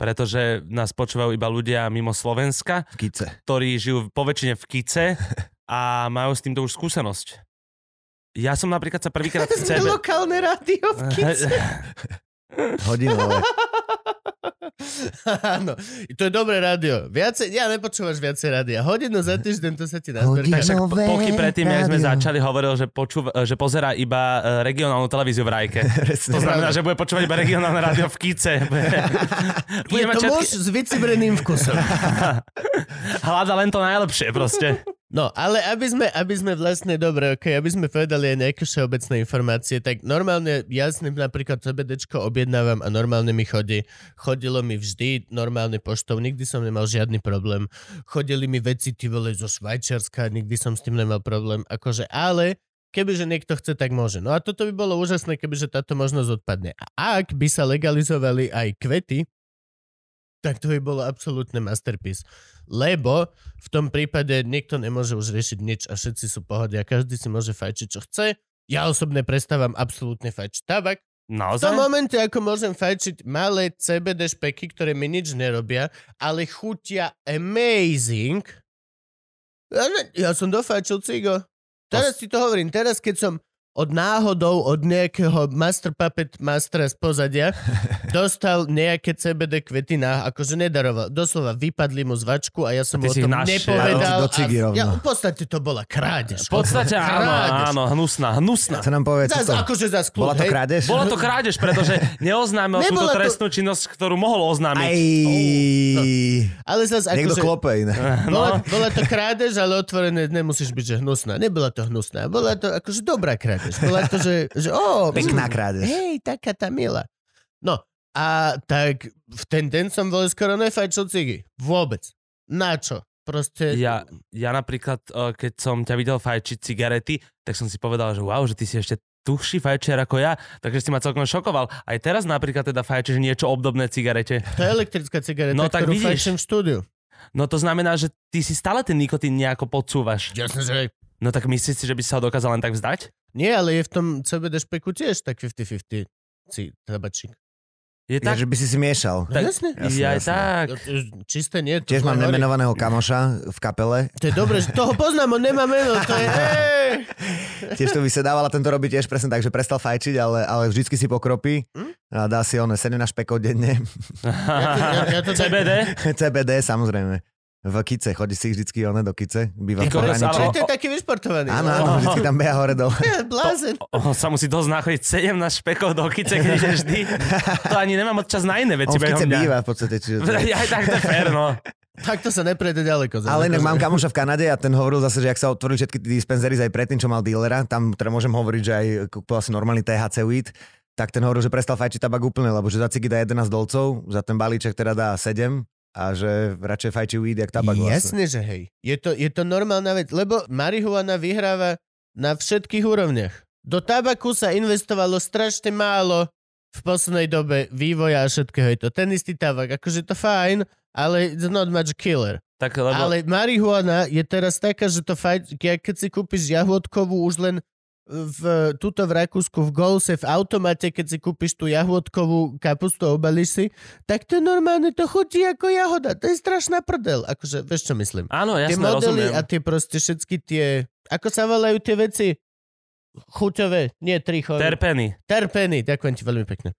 [SPEAKER 2] Pretože nás počúvajú iba ľudia mimo Slovenska,
[SPEAKER 3] Kice.
[SPEAKER 2] ktorí žijú v- poväčšine v
[SPEAKER 3] (laughs)
[SPEAKER 2] Kice a majú s týmto už skúsenosť. Ja som napríklad sa prvýkrát
[SPEAKER 3] (laughs)
[SPEAKER 2] v CB... (laughs)
[SPEAKER 3] No,
[SPEAKER 1] lokálne rádio v Kice.
[SPEAKER 3] Hodinové.
[SPEAKER 1] Áno, to je dobré rádio. Viacej, ja nepočúvaš viacej rádia. Hodinu za týždeň to sa ti
[SPEAKER 3] Hodinu.
[SPEAKER 1] nazberká.
[SPEAKER 2] Tak však po-
[SPEAKER 3] Nové
[SPEAKER 2] Poky predtým, jak sme
[SPEAKER 3] rádio.
[SPEAKER 2] začali, hovoril, že, počúva, že pozera iba e, regionálnu televíziu v Rajke.
[SPEAKER 3] Presne.
[SPEAKER 2] to znamená, že bude počúvať iba regionálne rádio v
[SPEAKER 1] (laughs)
[SPEAKER 2] Kice. Bude,
[SPEAKER 1] Je
[SPEAKER 2] bude mať
[SPEAKER 1] to
[SPEAKER 2] všetky-
[SPEAKER 1] muž
[SPEAKER 2] (laughs)
[SPEAKER 1] s vycibreným vkusom.
[SPEAKER 2] Hľada len to najlepšie proste.
[SPEAKER 1] No, ale aby sme, aby sme vlastne, dobre, okay, aby sme povedali aj nejaké všeobecné informácie, tak normálne, ja si napríklad CBDčko objednávam a normálne mi chodí. Chodilo mi vždy normálne poštou, nikdy som nemal žiadny problém. Chodili mi veci, ty vole, zo Švajčiarska, nikdy som s tým nemal problém. Akože, ale kebyže niekto chce, tak môže. No a toto by bolo úžasné, kebyže táto možnosť odpadne. A ak by sa legalizovali aj kvety, tak to by bolo absolútne masterpiece. Lebo v tom prípade niekto nemôže už riešiť nič a všetci sú pohode a každý si môže fajčiť, čo chce. Ja osobne prestávam absolútne fajčiť tabak. V tom
[SPEAKER 2] Naozaj?
[SPEAKER 1] momente, ako môžem fajčiť malé CBD špeky, ktoré mi nič nerobia, ale chutia amazing. Ja, ne- ja som dofajčil cigo. Teraz ti to hovorím, teraz keď som od náhodou, od nejakého master puppet mastera z pozadia dostal nejaké CBD kvety na, akože nedaroval, doslova vypadli mu zvačku a ja som mu
[SPEAKER 2] A ty
[SPEAKER 1] o
[SPEAKER 2] si ich
[SPEAKER 1] tom
[SPEAKER 2] našiel.
[SPEAKER 1] nepovedal.
[SPEAKER 3] Dal si do cigy
[SPEAKER 1] a,
[SPEAKER 3] rovno.
[SPEAKER 1] ja, v podstate to bola krádež.
[SPEAKER 2] V podstate áno,
[SPEAKER 1] Krádež.
[SPEAKER 2] áno, hnusná, hnusná.
[SPEAKER 3] Sa nám povie,
[SPEAKER 1] Zas,
[SPEAKER 3] čo to...
[SPEAKER 1] akože zas kľud,
[SPEAKER 3] Bola to
[SPEAKER 1] hej.
[SPEAKER 3] krádež?
[SPEAKER 2] Bola to krádež, pretože neoznámil túto
[SPEAKER 1] Nebola to-
[SPEAKER 2] trestnú činnosť, ktorú mohol
[SPEAKER 3] Aj...
[SPEAKER 2] (laughs) oznámiť.
[SPEAKER 1] no. Ale zas
[SPEAKER 3] Niekto
[SPEAKER 1] akože...
[SPEAKER 3] klope iné.
[SPEAKER 2] No,
[SPEAKER 1] Bola, bola to krádež, ale otvorené nemusíš byť, že hnusná. Nebola to hnusná. Bola to akože dobrá krádež. Bola to, že, že ó,
[SPEAKER 3] (laughs) Pekná
[SPEAKER 1] mm,
[SPEAKER 3] krádež.
[SPEAKER 1] Hej, taká tá milá. No, a tak v ten deň som bol skoro nefajčil cigy. Vôbec. Na čo? Proste...
[SPEAKER 2] Ja, ja napríklad, eh, keď som ťa videl fajčiť cigarety, tak som si povedal, že wow, že ty si ešte tuhší fajčiar ako ja, takže si ma celkom šokoval. Aj teraz napríklad teda fajčíš niečo obdobné cigarete.
[SPEAKER 1] To je elektrická cigareta,
[SPEAKER 2] No, tak
[SPEAKER 1] ktorú
[SPEAKER 2] vidíš.
[SPEAKER 1] fajčím v štúdiu.
[SPEAKER 2] No to znamená, že ty si stále ten nikotín nejako podsúvaš.
[SPEAKER 1] Jasne, že
[SPEAKER 2] No tak myslíš si, že by si sa ho dokázal len tak vzdať?
[SPEAKER 1] Nie, ale je v tom CBD špeku tiež tak 50-50 si tabačík.
[SPEAKER 2] Je
[SPEAKER 3] Tak...
[SPEAKER 2] tak?
[SPEAKER 3] že by si si
[SPEAKER 1] No
[SPEAKER 3] miešal.
[SPEAKER 2] Tak-
[SPEAKER 1] jasne.
[SPEAKER 3] Jasné,
[SPEAKER 2] ja,
[SPEAKER 3] jasné.
[SPEAKER 2] tak.
[SPEAKER 1] Čisté nie. to
[SPEAKER 3] Tiež mám
[SPEAKER 1] hovorí.
[SPEAKER 3] nemenovaného kamoša v
[SPEAKER 2] (laughs)
[SPEAKER 3] kapele.
[SPEAKER 1] To je dobre, že toho poznám, on nemá meno, to je... Ej!
[SPEAKER 3] Tiež to vysedával a tento robí tiež presne tak, že prestal fajčiť, ale, ale vždycky si pokropí
[SPEAKER 1] Hm?
[SPEAKER 3] a dá si on sedne na špekov denne. (laughs)
[SPEAKER 1] Ja to, ja, ja
[SPEAKER 2] (laughs)
[SPEAKER 1] to tak-
[SPEAKER 2] CBD?
[SPEAKER 3] CBD samozrejme. V kice, chodí si vždycky one do kice, býva v
[SPEAKER 2] Ty kokos,
[SPEAKER 1] Čo
[SPEAKER 3] pohraničí.
[SPEAKER 2] ale-
[SPEAKER 1] je to taký vyšportovaný?
[SPEAKER 3] Áno,
[SPEAKER 1] (laughs)
[SPEAKER 3] áno, vždycky tam beha hore dole.
[SPEAKER 1] Ja, blázen.
[SPEAKER 2] O, sa musí dosť nachodiť 17 špekov do kice, keď ide vždy. To ani nemám čas na iné
[SPEAKER 3] On
[SPEAKER 2] veci.
[SPEAKER 3] v
[SPEAKER 2] behom
[SPEAKER 3] kice
[SPEAKER 2] dňa. (laughs)
[SPEAKER 3] býva v podstate. Čiže to...
[SPEAKER 2] Aj tak to je fér, no.
[SPEAKER 1] Takto sa neprejde ďaleko. za
[SPEAKER 3] Ale inak
[SPEAKER 1] akože-
[SPEAKER 3] mám kamoša v Kanade a ten hovoril zase, že ak sa otvorili všetky tie dispenzery aj predtým, čo mal dílera, tam teda môžem hovoriť, že aj kúpoval si normálny THC weed, tak ten hovoril, že prestal fajčiť tabak úplne, lebo že za cigy dá 11 dolcov, za ten balíček teda dá 7 a že radšej fajčí weed jak tabak
[SPEAKER 1] Jasne,
[SPEAKER 3] vlastne.
[SPEAKER 1] že hej. Je to, je to normálna vec, lebo marihuana vyhráva na všetkých úrovniach. Do tabaku sa investovalo strašne málo v poslednej dobe vývoja a všetkého. Je to ten istý tabak, akože je to fajn, ale it's not much killer.
[SPEAKER 2] Tak lebo...
[SPEAKER 1] Ale marihuana je teraz taká, že to fajn, ke- keď si kúpiš jahôdkovú už len v, tuto v Rakúsku v Golse v automate, keď si kúpiš tú jahôdkovú kapustu a obališ si, tak to je normálne, to chutí ako jahoda. To je strašná prdel. Akože, vieš čo myslím?
[SPEAKER 2] Áno,
[SPEAKER 1] tie
[SPEAKER 2] jasné,
[SPEAKER 1] modely
[SPEAKER 2] rozumiem.
[SPEAKER 1] a tie proste všetky tie, ako sa volajú tie veci? Chuťové, nie trichové.
[SPEAKER 2] Terpeny.
[SPEAKER 1] Terpeny, ďakujem ti veľmi pekne.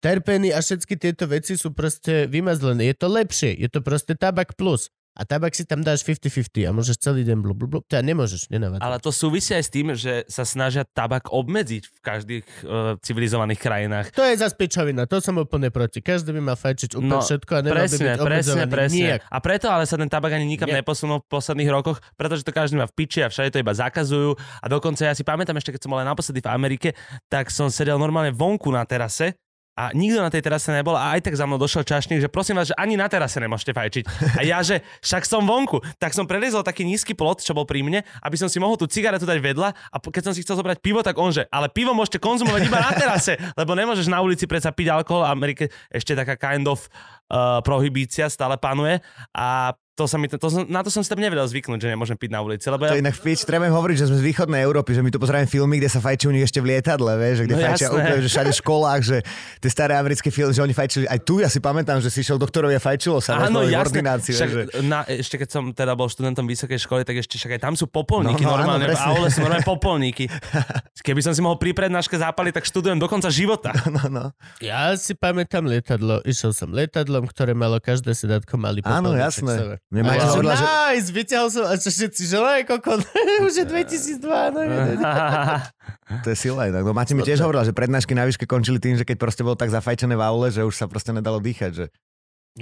[SPEAKER 1] Terpeny a všetky tieto veci sú proste vymazlené. Je to lepšie, je to proste tabak plus. A tabak si tam dáš 50-50 a môžeš celý deň blub, blub, blub. Teda nemôžeš, nenavádzaš.
[SPEAKER 2] Ale to súvisí aj s tým, že sa snažia tabak obmedziť v každých uh, civilizovaných krajinách.
[SPEAKER 1] To je zase pičovina, to som úplne proti. Každý by mal fajčiť úplne
[SPEAKER 2] No,
[SPEAKER 1] všetko a nemal by
[SPEAKER 2] Presne,
[SPEAKER 1] byť
[SPEAKER 2] presne,
[SPEAKER 1] obmedzovaný
[SPEAKER 2] presne.
[SPEAKER 1] Nijak.
[SPEAKER 2] A preto ale sa ten tabak ani nikam
[SPEAKER 1] Nie.
[SPEAKER 2] neposunul v posledných rokoch, pretože to každý má v piči a všade to iba zakazujú. A dokonca ja si pamätám ešte, keď som bol aj naposledy v Amerike, tak som sedel normálne vonku na terase a nikto na tej terase nebol a aj tak za mnou došiel čašník, že prosím vás, že ani na terase nemôžete fajčiť. A ja, že však som vonku, tak som preliezol taký nízky plot, čo bol pri mne, aby som si mohol tú cigaretu dať vedľa a po- keď som si chcel zobrať pivo, tak on, že ale pivo môžete konzumovať iba na terase, lebo nemôžeš na ulici predsa piť alkohol, v Amerike ešte taká kind of uh, prohibícia stále eh, panuje a to sa mi, to, to, som- na to som si tam nevedel zvyknúť, že nemôžem piť na ulici, lebo ja,
[SPEAKER 3] To je inak pič, treba im hovoriť, že sme z východnej Európy, že my tu pozeráme filmy, kde sa fajčí u nich ešte v lietadle, vieš, že kde
[SPEAKER 2] No
[SPEAKER 3] fajčia
[SPEAKER 2] jasné.
[SPEAKER 3] úplne, že všade v školách, že tie staré americké filmy, že oni fajčili, aj tu ja si pamätám, že si išiel doktorovi a fajčilo sa vieš,
[SPEAKER 2] Áno,
[SPEAKER 3] boli v
[SPEAKER 2] jasné.
[SPEAKER 3] ordinácii,
[SPEAKER 2] Však,
[SPEAKER 3] vieš, že... (laughs)
[SPEAKER 2] na, ešte keď som teda bol študentom vysokej školy, tak ešte však aj tam sú popolníky
[SPEAKER 3] No, no, áno,
[SPEAKER 2] normálne. v
[SPEAKER 3] presne.
[SPEAKER 2] aule sú
[SPEAKER 3] (laughs)
[SPEAKER 2] normálne popolníky. Keby som si mohol pri prednáške zapaliť, tak študujem do konca
[SPEAKER 3] (laughs)
[SPEAKER 2] života.
[SPEAKER 3] No, no.
[SPEAKER 1] Ja si pamätám lietadlo. Išiel som lietadlom, ktoré malo každé sedátko malý
[SPEAKER 3] Áno,
[SPEAKER 1] popolníček
[SPEAKER 3] jasné.
[SPEAKER 1] sebe. A
[SPEAKER 3] Mne mama
[SPEAKER 1] ja som,
[SPEAKER 3] hovorila, že-
[SPEAKER 1] nice, vyťahol som, a čo všetci, že no, je kokon, (laughs) už
[SPEAKER 2] (laughs)
[SPEAKER 1] je 2002, no,
[SPEAKER 3] To je sila inak. No Mati mi tiež hovorila, že prednášky na výške končili tým, že keď proste bolo tak zafajčené v aule, že už sa proste nedalo dýchať. Že...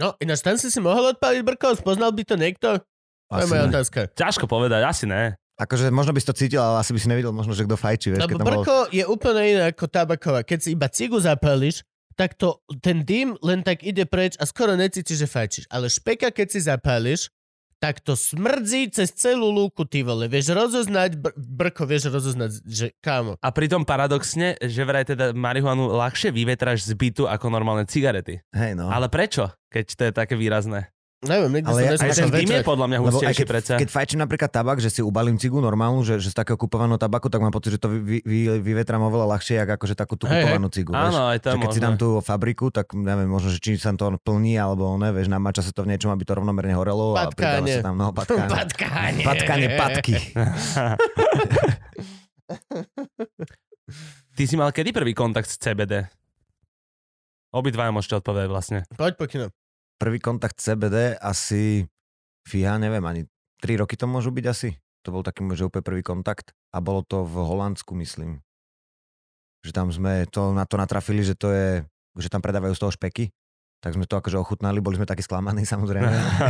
[SPEAKER 1] no, ináč tam si si mohol odpaliť brko, spoznal by to niekto? To je
[SPEAKER 3] Asi
[SPEAKER 1] moja
[SPEAKER 3] ne.
[SPEAKER 1] otázka.
[SPEAKER 2] Ťažko povedať, asi ne.
[SPEAKER 3] Akože možno by si to cítil, ale asi by si nevidel možno, že kto fajčí. Vieš, keď
[SPEAKER 1] Lebo
[SPEAKER 3] tam bol...
[SPEAKER 1] brko je úplne iné ako tabaková. Keď si iba cigu zapáliš, tak to, ten dym len tak ide preč a skoro necítiš, že fajčíš. Ale špeka, keď si zapáliš, tak to smrdzí cez celú lúku, ty vole. Vieš rozoznať, br- brko, vieš rozoznať, že kámo.
[SPEAKER 2] A pritom paradoxne, že vraj teda marihuanu ľahšie vyvetráš z bytu ako normálne cigarety.
[SPEAKER 3] Hej, no.
[SPEAKER 2] Ale prečo, keď to je také výrazné?
[SPEAKER 1] Neviem, nikdy
[SPEAKER 3] Ale
[SPEAKER 1] som
[SPEAKER 3] ja-
[SPEAKER 2] Aj
[SPEAKER 3] Ako
[SPEAKER 2] ten
[SPEAKER 1] neskúšal
[SPEAKER 2] dym je
[SPEAKER 1] vetrať.
[SPEAKER 2] podľa mňa
[SPEAKER 3] Lebo aj
[SPEAKER 2] hustejší
[SPEAKER 3] keď,
[SPEAKER 2] predsa.
[SPEAKER 3] keď fajčím napríklad tabak, že si ubalím cigu normálnu, že, že z takého kupovaného tabaku, tak mám pocit, že to vy, vy, vyvetrám oveľa ľahšie, ako akože takú tú
[SPEAKER 1] Hej, hej.
[SPEAKER 3] kupovanú cigu. vieš.
[SPEAKER 2] Áno, aj to je
[SPEAKER 3] Že keď si
[SPEAKER 2] možné.
[SPEAKER 3] dám tú fabriku, tak neviem, možno, že či sa to plní, alebo ne, vieš, namáča sa to v niečom, aby to rovnomerne horelo a pridáva
[SPEAKER 1] Patkanie.
[SPEAKER 3] sa tam
[SPEAKER 1] (laughs)
[SPEAKER 3] mnoho patkáne.
[SPEAKER 1] Patkanie.
[SPEAKER 3] Patkanie, patky.
[SPEAKER 2] Ty si mal kedy prvý kontakt s CBD? Obidvaja môžete odpovedať vlastne.
[SPEAKER 1] Poď pokynom.
[SPEAKER 3] Prvý kontakt CBD asi, fíha, neviem, ani 3 roky to môžu byť asi. To bol taký môj, že úplne prvý kontakt a bolo to v Holandsku, myslím. Že tam sme to, na to natrafili, že to je, že tam predávajú z toho špeky. Tak sme to akože ochutnali, boli sme takí sklamaní (laughs) samozrejme.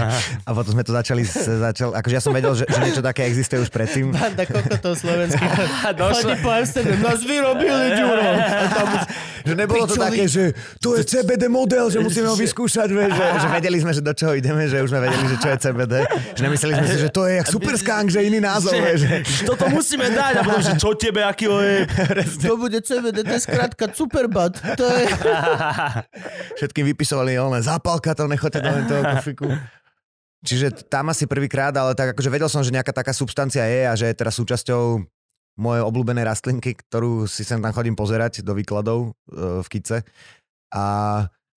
[SPEAKER 2] (laughs)
[SPEAKER 3] A potom sme to začali, s- začal, akože ja som vedel, že, že niečo také existuje už predtým.
[SPEAKER 1] Banda kokotov slovenských.
[SPEAKER 3] (laughs)
[SPEAKER 1] Chodí
[SPEAKER 2] Došlo.
[SPEAKER 1] po Amsterdam, nás vyrobili, ďuro. A tam už
[SPEAKER 3] Že nebolo to
[SPEAKER 1] Pičuli.
[SPEAKER 3] také, že to je CBD model, že musíme ho vyskúšať, vieš, že, že vedeli sme, že do čoho ideme, že už sme vedeli, že čo je CBD. Že nemysleli sme si, že to je jak superskánk, že iný názov, vieš, že
[SPEAKER 2] toto musíme dať. A potom, že čo tebe, aký ho je.
[SPEAKER 1] To bude CBD, to je skrátka Superbad. To je...
[SPEAKER 3] všetkým vypisovali len zápalka, to nechoďte do len toho kofiku. Čiže tam asi prvýkrát, ale tak akože vedel som, že nejaká taká substancia je a že je teraz súčasťou mojej obľúbenej rastlinky, ktorú si sem tam chodím pozerať do výkladov e, v Kice. A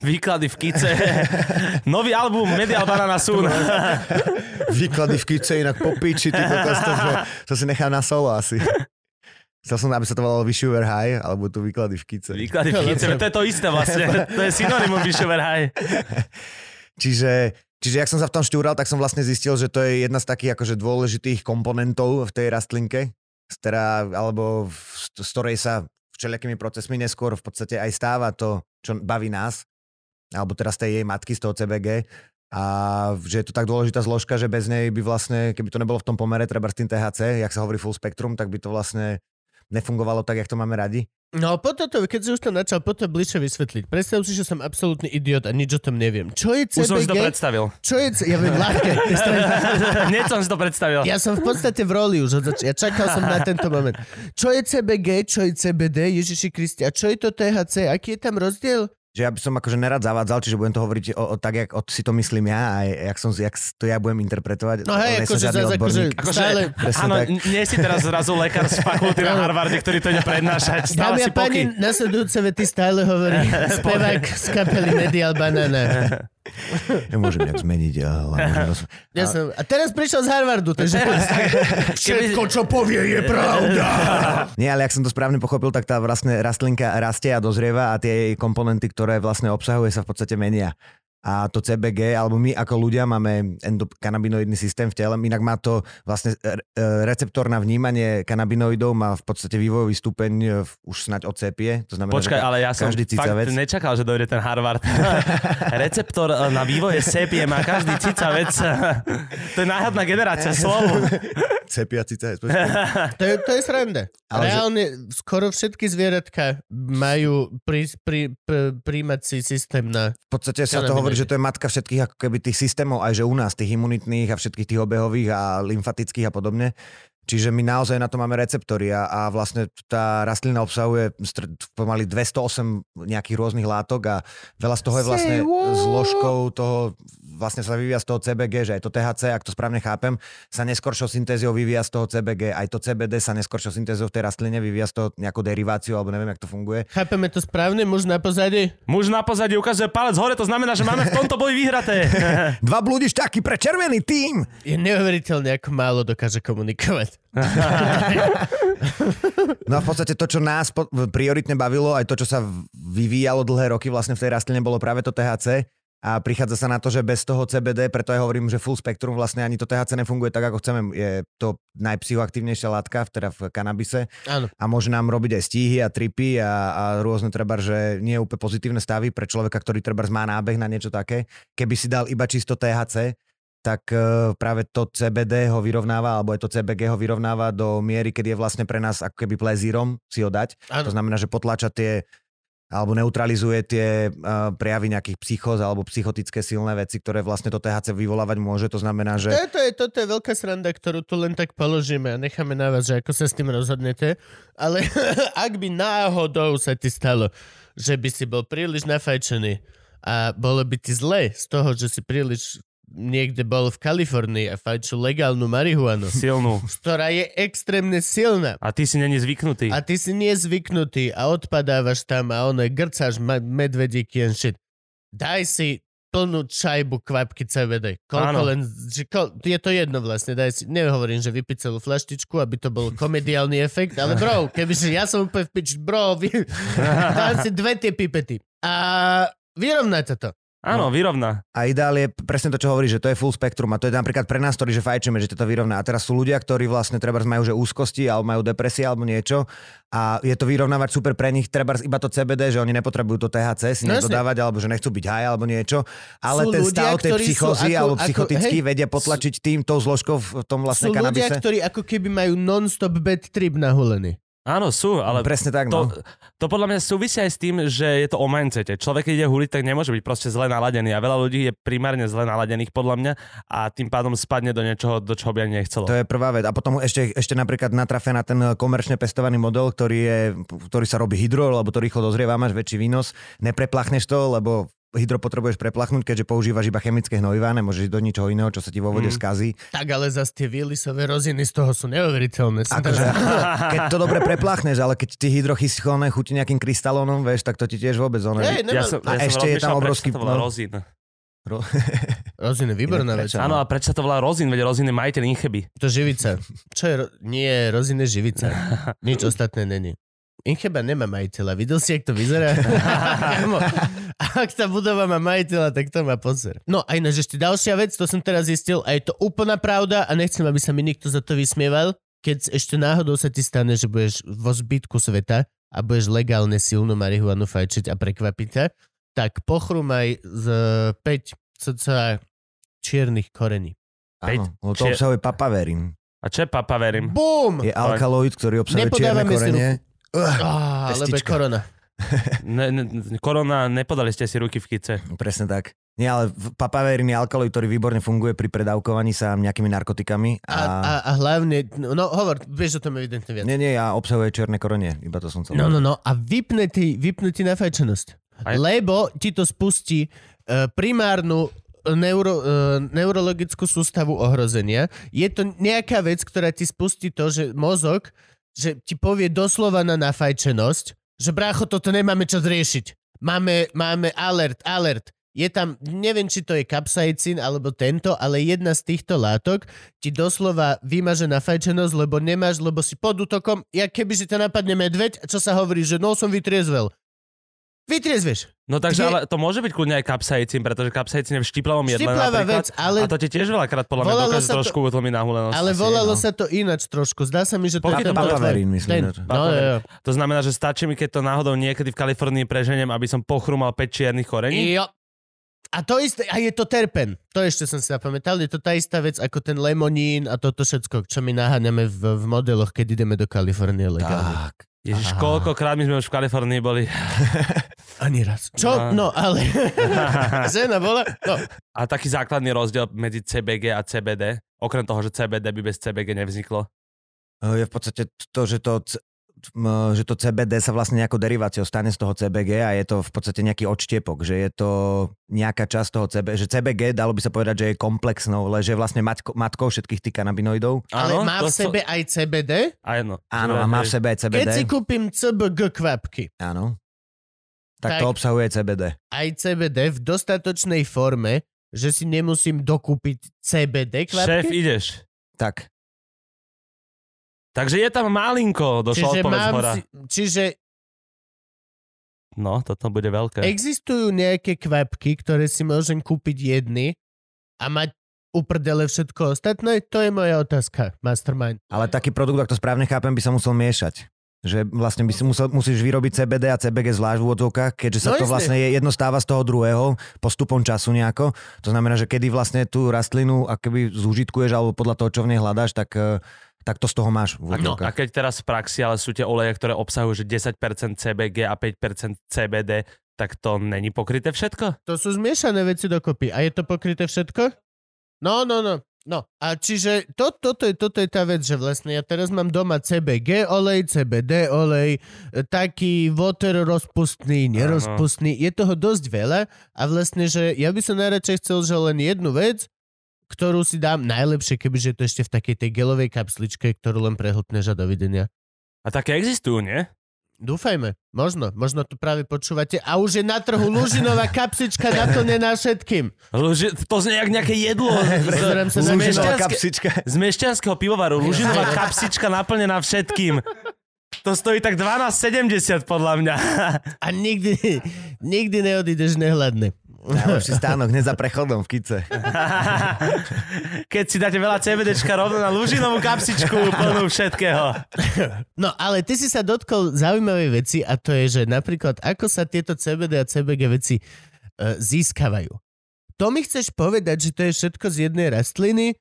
[SPEAKER 2] Výklady v
[SPEAKER 3] (laughs)
[SPEAKER 2] kice. Nový album Medial Banana Sun.
[SPEAKER 3] výklady v Kice inak popíči, ty kokos, to, že, to si nechám na solo asi. Chcel som, aby sa to volalo Wish You Were High, alebo tu výklady v Kice.
[SPEAKER 2] Výklady v kice. To je to isté
[SPEAKER 3] (laughs)
[SPEAKER 2] vlastne. To je synonymum Bishover High.
[SPEAKER 3] Čiže, čiže jak som sa v tom štúral, tak som vlastne zistil, že to je jedna z takých akože dôležitých komponentov v tej rastlinke, z ktorá, alebo v- z ktorej sa všelijakými procesmi neskôr v podstate aj stáva to, čo baví nás, alebo teraz tej jej matky z toho CBG, a že je to tak dôležitá zložka, že bez nej by vlastne, keby to nebolo v tom pomere, treba s tým THC, jak sa hovorí full spectrum, tak by to vlastne nefungovalo tak, jak to máme radi.
[SPEAKER 1] No potom to, keď si už to načal, potom bližšie vysvetliť. Predstav si, že som absolútny idiot a nič o tom neviem. Čo je
[SPEAKER 2] Už som si to
[SPEAKER 1] CBG?
[SPEAKER 2] predstavil. (laughs)
[SPEAKER 1] Čo je... C- ja viem, ľahké. to je strašne-
[SPEAKER 2] Hneď som si to predstavil.
[SPEAKER 1] Ja som v podstate v roli už. od zač- Ja čakal som na tento moment. Čo je CBG, čo je CBD, Ježiši Kriste, a čo je to THC, aký je tam rozdiel?
[SPEAKER 3] že ja by som akože nerad zavádzal, čiže budem to hovoriť o, o tak, jak o, si to myslím ja a jak, som, jak to ja budem interpretovať.
[SPEAKER 1] No hej,
[SPEAKER 3] Nie som
[SPEAKER 1] akože
[SPEAKER 3] žiadny
[SPEAKER 1] zás,
[SPEAKER 3] odborník. (laughs)
[SPEAKER 1] akože stále... No.
[SPEAKER 3] Presne
[SPEAKER 2] áno,
[SPEAKER 3] tak.
[SPEAKER 2] n- nie si teraz zrazu lekár z fakulty
[SPEAKER 1] (laughs)
[SPEAKER 2] na Harvarde, ktorý to ide prednášať. Stále
[SPEAKER 1] Dámy a
[SPEAKER 2] si
[SPEAKER 1] páni,
[SPEAKER 2] poky.
[SPEAKER 1] nasledujúce vety stále
[SPEAKER 2] (laughs)
[SPEAKER 1] hovorí spevák z kapely Medial Banana.
[SPEAKER 3] Nemôžem nejak zmeniť. Ale
[SPEAKER 1] (laughs)
[SPEAKER 3] roz...
[SPEAKER 1] Ja som, a teraz prišiel z Harvardu, takže
[SPEAKER 2] (laughs)
[SPEAKER 1] všetko, čo povie, je pravda.
[SPEAKER 3] Nie, ale ak som to správne pochopil, tak tá vlastne rastlinka rastie a dozrieva a tie jej komponenty, ktoré vlastne obsahuje, sa v podstate menia. A to CBG, alebo my ako ľudia máme endokanabinoidný systém v tele, inak má to vlastne e, e, receptor na vnímanie kanabinoidov, má v podstate vývojový stupeň e, v- už snať ocepie. To znamená, že
[SPEAKER 2] Počkaj,
[SPEAKER 3] (laughs) ka-
[SPEAKER 2] ale ja som
[SPEAKER 3] každý
[SPEAKER 2] fakt
[SPEAKER 3] cicavec.
[SPEAKER 2] nečakal, že dojde ten
[SPEAKER 1] (laughs)
[SPEAKER 2] Harvard. Receptor eh, na vývoje sepie má každý cicavec. (laughs) to je náhadná generácia slovu.
[SPEAKER 3] Cepia cicavec,
[SPEAKER 1] To je, to je sranda.
[SPEAKER 3] Ale že-
[SPEAKER 1] Reálne, skoro všetky zvieratka majú pri, pri, pri, príjmací systém na...
[SPEAKER 3] V podstate sa to
[SPEAKER 1] Kanabinoidy.
[SPEAKER 3] hovorí, že to je matka všetkých ako keby tých systémov, aj že u nás, tých imunitných a všetkých tých obehových a lymfatických a podobne. Čiže my naozaj na to máme receptory a, a vlastne tá rastlina obsahuje str- pomaly 208 nejakých rôznych látok a veľa z toho je vlastne
[SPEAKER 1] Say what?
[SPEAKER 3] zložkou toho, vlastne sa vyvíja z toho CBG, že aj to THC, ak to správne chápem, sa neskoršou syntéziou vyvíja z toho CBG, aj to CBD sa neskoršou syntéziou v tej rastline vyvíja z toho nejakou deriváciou, alebo neviem, jak to funguje.
[SPEAKER 1] Chápeme to správne, muž na pozadí?
[SPEAKER 2] Muž na pozadí ukazuje palec hore, to znamená, že máme v tomto boji (laughs) vyhraté.
[SPEAKER 3] Dva blúdiš taký pre červený tým!
[SPEAKER 1] Je neuveriteľné, ako málo dokáže komunikovať.
[SPEAKER 3] No a v podstate to, čo nás po- v- prioritne bavilo, aj to, čo sa v- vyvíjalo dlhé roky vlastne v tej rastline, bolo práve to THC. A prichádza sa na to, že bez toho CBD, preto aj hovorím, že full spectrum vlastne ani to THC nefunguje tak, ako chceme. Je to najpsychoaktívnejšia látka, v- teda v kanabise.
[SPEAKER 1] Áno.
[SPEAKER 3] A môže nám robiť aj stíhy a tripy a, a rôzne treba, že nie úplne pozitívne stavy pre človeka, ktorý treba má nábeh na niečo také. Keby si dal iba čisto THC, tak eh, práve to CBD ho vyrovnáva, alebo aj to CBG ho vyrovnáva do miery, kedy je vlastne pre nás ako keby plezírom si ho dať.
[SPEAKER 1] Áno.
[SPEAKER 3] To znamená, že potláča tie alebo neutralizuje tie uh, prejavy nejakých psychóz alebo psychotické silné veci, ktoré vlastne to THC vyvolávať môže. To znamená, že...
[SPEAKER 1] Toto je, toto je veľká sranda, ktorú tu len tak položíme a necháme na vás, že ako sa s tým rozhodnete. Ale (laughs) ak by náhodou sa ti stalo, že by si bol príliš nafajčený a bolo by ti zle z toho, že si príliš niekde bol v Kalifornii a fajčil legálnu marihuanu,
[SPEAKER 2] Silnú.
[SPEAKER 1] ktorá je extrémne silná.
[SPEAKER 2] A ty si není zvyknutý.
[SPEAKER 1] A ty si nezvyknutý a odpadávaš tam a ono grcáš ma- medvedíky and shit. Daj si plnú čajbu kvapky CBD. Koľko
[SPEAKER 2] Áno.
[SPEAKER 1] len, že ko, je to jedno vlastne, daj si, nehovorím, že vypiť celú flaštičku, aby to bol komediálny efekt, ale bro, kebyže ja som úplne v piči, bro, vy, (laughs) dám si dve tie pipety. A vyrovnaj to to. No.
[SPEAKER 2] Áno, vyrovná.
[SPEAKER 3] A ideál je presne to, čo hovoríš, že to je full spektrum a to je napríklad pre nás, ktorí že fajčíme, že to vyrovná. A teraz sú ľudia, ktorí vlastne treba majú že úzkosti alebo majú depresie alebo niečo a je to vyrovnávať super pre nich, treba iba to CBD, že oni nepotrebujú to THC si
[SPEAKER 1] No
[SPEAKER 3] no
[SPEAKER 1] jasne.
[SPEAKER 3] dodávať alebo že nechcú byť high alebo niečo, ale
[SPEAKER 1] Sú
[SPEAKER 3] ten
[SPEAKER 1] ľudia,
[SPEAKER 3] stav tej
[SPEAKER 1] ktorí sú
[SPEAKER 3] psychózy
[SPEAKER 1] ako-
[SPEAKER 3] alebo
[SPEAKER 1] ako-
[SPEAKER 3] psychotický
[SPEAKER 1] hej.
[SPEAKER 3] vedia potlačiť tým tou zložkou v
[SPEAKER 1] Sú
[SPEAKER 3] tom vlastne
[SPEAKER 1] ľudia,
[SPEAKER 3] kanabise.
[SPEAKER 1] ktorí ako keby majú non-stop bad trip nahulený.
[SPEAKER 2] Áno, sú, ale
[SPEAKER 3] Presne tak, no.
[SPEAKER 2] to, to podľa mňa súvisí aj s tým, že je to o mindsete. Človek, keď ide huliť, tak nemôže byť proste zle naladený a veľa ľudí je primárne zle naladených podľa mňa a tým pádom spadne do niečoho, do čoho by ani nechcelo.
[SPEAKER 3] To je prvá vec. A potom ešte, ešte napríklad natrafia na ten komerčne pestovaný model, ktorý, je, ktorý sa robí hydro, lebo to rýchlo dozrieva, máš väčší výnos. Nepreplachneš to, lebo hydro potrebuješ preplachnúť, keďže používaš iba chemické hnojivá, nemôžeš ísť do ničoho iného, čo sa ti vo vode
[SPEAKER 2] Mm.
[SPEAKER 3] skazí.
[SPEAKER 1] Tak ale zase tie výlisové roziny z toho sú neuveriteľné. Som
[SPEAKER 3] Akože,
[SPEAKER 1] teraz-
[SPEAKER 3] (laughs) keď to dobre prepláchneš, ale keď ti hydrochyschoné chutí nejakým krystalónom, vieš, tak to ti tiež vôbec ono.
[SPEAKER 1] Hej,
[SPEAKER 2] ja
[SPEAKER 1] nemám-
[SPEAKER 2] som,
[SPEAKER 3] A
[SPEAKER 2] ja som
[SPEAKER 3] ešte je tam
[SPEAKER 2] rozmýšľal,
[SPEAKER 3] obrovský-
[SPEAKER 2] prečo sa to volá
[SPEAKER 3] no.
[SPEAKER 2] rozín.
[SPEAKER 3] Ro-
[SPEAKER 1] Roziny, výborná
[SPEAKER 3] Inak
[SPEAKER 1] vec.
[SPEAKER 3] prečo?
[SPEAKER 2] Áno, a prečo sa to volá rozín? Veď rozín je majiteľ incheby.
[SPEAKER 1] To živica. Čo je? Ro- Nie, rozin je živica. Nič ostatné není. Incheba nemá majiteľa. Videl si, jak to vyzerá? Kamo, ak tá budova má majiteľa, tak to má pozer. No a ináč ešte ďalšia vec, to som teraz zistil a je to úplná pravda a nechcem, aby sa mi nikto za to vysmieval. Keď ešte náhodou sa ti stane, že budeš vo zbytku sveta a budeš legálne silnú marihuanu fajčiť a prekvapí ťa, tak pochrumaj z 5 cca čiernych korení.
[SPEAKER 3] Áno, lebo
[SPEAKER 2] Čiže-
[SPEAKER 3] to obsahuje papaverín.
[SPEAKER 2] A čo je papa, verím?
[SPEAKER 1] BUM!
[SPEAKER 3] Je alkaloid, ktorý obsahuje čierne
[SPEAKER 1] Nepodávame si
[SPEAKER 3] korene. Ugh,
[SPEAKER 1] Á, lebo je
[SPEAKER 3] Pestička.
[SPEAKER 1] korona.
[SPEAKER 2] Ne, ne, korona, nepodali ste si ruky v kice.
[SPEAKER 3] Presne tak. Nie, ale v- papaverín je alkaloid, ktorý výborne funguje pri predávkovaní sa nejakými narkotikami.
[SPEAKER 1] A, a, a hlavne, no hovor, vieš o tom evidentne viac.
[SPEAKER 3] Nie, nie, ja obsahuje čierne korenie, iba to som chcel.
[SPEAKER 1] No,
[SPEAKER 3] povedať.
[SPEAKER 1] no, no, a vypne ti, vypne ti nafajčenosť.
[SPEAKER 2] Aj-
[SPEAKER 1] Lebo ti to spustí e, primárnu neuro, e, neurologickú sústavu ohrozenia. Je to nejaká vec, ktorá ti spustí to, že mozog, že ti povie doslova na nafajčenosť, že brácho, toto nemáme čo zriešiť. Máme, máme alert, alert. Je tam, neviem, či to je kapsaicín alebo tento, ale jedna z týchto látok ti doslova vymaže nafajčenosť, lebo nemáš, lebo si pod útokom, ja keby že ťa napadne medveď, a čo sa hovorí, že no som vytriezvel. Vytriezveš.
[SPEAKER 2] No takže,
[SPEAKER 1] Kde-
[SPEAKER 2] ale to môže byť kľudne aj kapsaicín, pretože kapsaicín je v štiplavom jedle
[SPEAKER 1] Štiplavá
[SPEAKER 2] napríklad.
[SPEAKER 1] vec, ale,
[SPEAKER 2] A to ti tiež veľakrát podľa mňa
[SPEAKER 1] Volalo
[SPEAKER 2] dokáže
[SPEAKER 1] sa to-
[SPEAKER 2] trošku utlmiť nahulenosť.
[SPEAKER 1] ale
[SPEAKER 3] asi
[SPEAKER 1] volalo
[SPEAKER 3] je, no.
[SPEAKER 1] sa to ináč trošku. Zdá sa mi, že to
[SPEAKER 2] Pokiaľ
[SPEAKER 1] je ten
[SPEAKER 2] to
[SPEAKER 1] tvoj-
[SPEAKER 3] Papaverín,
[SPEAKER 1] ten.
[SPEAKER 3] myslím. že to-
[SPEAKER 1] No, jo, jo.
[SPEAKER 2] To znamená, že stačí mi, keď to náhodou niekedy v Kalifornii preženiem, aby som pochrumal 5 čiernych korení.
[SPEAKER 1] Jo. A to isté, a je to terpen. To ešte som si zapamätal, je to tá istá vec ako ten lemonín a toto všetko, čo my naháňame v, v modeloch, keď ideme do Kalifornie legálne.
[SPEAKER 3] Tak.
[SPEAKER 1] Aha.
[SPEAKER 2] Ježiš, koľkokrát my sme už v Kalifornii boli.
[SPEAKER 1] Ani raz. Čo?
[SPEAKER 2] No.
[SPEAKER 1] No, ale...
[SPEAKER 3] (laughs)
[SPEAKER 1] (laughs) Žena bola... No.
[SPEAKER 2] A taký základný rozdiel medzi CBG a CBD, okrem toho, že CBD by bez CBG nevzniklo,
[SPEAKER 3] Eh, je v podstate to, že to c- m, eh, že to CBD sa vlastne nejakou deriváciou stane z toho CBG a je to v podstate nejaký odštiepok, že je to nejaká časť toho CBG, že CBG dalo by sa povedať, že je komplexnou, ale že je vlastne matko, matkou všetkých tých kanabinoidov.
[SPEAKER 1] Ale
[SPEAKER 2] Áno,
[SPEAKER 1] má
[SPEAKER 2] to
[SPEAKER 1] v
[SPEAKER 2] som-
[SPEAKER 1] sebe aj CBD?
[SPEAKER 2] Áno,
[SPEAKER 3] Áno,
[SPEAKER 2] Že-
[SPEAKER 3] a má v sebe aj
[SPEAKER 1] Keď
[SPEAKER 3] CBD.
[SPEAKER 1] si kúpim CBG kvapky,
[SPEAKER 3] Áno.
[SPEAKER 1] Tak.
[SPEAKER 3] Tak, to obsahuje CBD.
[SPEAKER 1] aj CBD v dostatočnej forme, že si nemusím dokúpiť CBD
[SPEAKER 2] Šéf,
[SPEAKER 1] kvapky?
[SPEAKER 2] ideš.
[SPEAKER 3] Tak.
[SPEAKER 2] Takže je tam malinko, došla odpoveď z hora.
[SPEAKER 1] si, čiže
[SPEAKER 2] No, toto bude veľké.
[SPEAKER 1] existujú nejaké kvapky, ktoré si môžem kúpiť jedny a mať uprdele všetko ostatné? To je moja otázka, mastermind.
[SPEAKER 3] Ale taký produkt, ak to správne chápem, by sa musel miešať. Že vlastne by si musel, musíš vyrobiť CBD a CBG zvlášť v úvodzovkách, keďže sa
[SPEAKER 1] No
[SPEAKER 3] no to
[SPEAKER 1] jasne.
[SPEAKER 3] vlastne je- jedno stáva z toho druhého postupom času nejako. To znamená, že kedy vlastne tú rastlinu akoby zúžitkuješ alebo podľa toho, čo v nej hľadáš, tak, eh, tak to z toho máš
[SPEAKER 2] No,
[SPEAKER 3] v
[SPEAKER 2] a
[SPEAKER 3] úvodzovkách.
[SPEAKER 2] keď teraz v praxi, ale sú tie oleje, ktoré obsahujú že 10% CBG a 5% CBD, tak to není pokryté všetko?
[SPEAKER 1] To sú zmiešané veci dokopy. A je to pokryté všetko? No, no, no. No, a čiže to, toto, je, toto je tá vec, že vlastne ja teraz mám doma CBG olej, CBD olej, e, taký water rozpustný, nerozpustný, je toho dosť veľa a vlastne, že ja by som najradšej chcel, že len jednu vec, ktorú si dám najlepšie, kebyže je to ešte v takej tej gelovej kapsličke, ktorú len prehltneš a dovidenia.
[SPEAKER 2] A také existujú, nie?
[SPEAKER 1] Dúfajme, možno, možno to práve počúvate a už je na trhu lúžinová kapsička naplnená všetkým.
[SPEAKER 2] Lúži, to znie jak nejaké jedlo
[SPEAKER 1] Pozerám
[SPEAKER 2] z,
[SPEAKER 1] sa
[SPEAKER 2] z,
[SPEAKER 1] na
[SPEAKER 2] mešťanské-
[SPEAKER 3] kapsička.
[SPEAKER 2] z mešťanského pivovaru. Lúžinová kapsička naplnená všetkým. To stojí tak 12,70 podľa mňa.
[SPEAKER 1] A nikdy, nikdy neodídeš nehladný.
[SPEAKER 3] Najlepší stánok, hneď za prechodom v Kice.
[SPEAKER 2] Keď si dáte veľa CBDčka rovno na lúžinovú kapsičku plnú všetkého.
[SPEAKER 1] No ale ty si sa dotkol zaujímavej veci a to je, že napríklad ako sa tieto CBD a CBG veci e, získavajú. To mi chceš povedať, že to je všetko z jednej rastliny,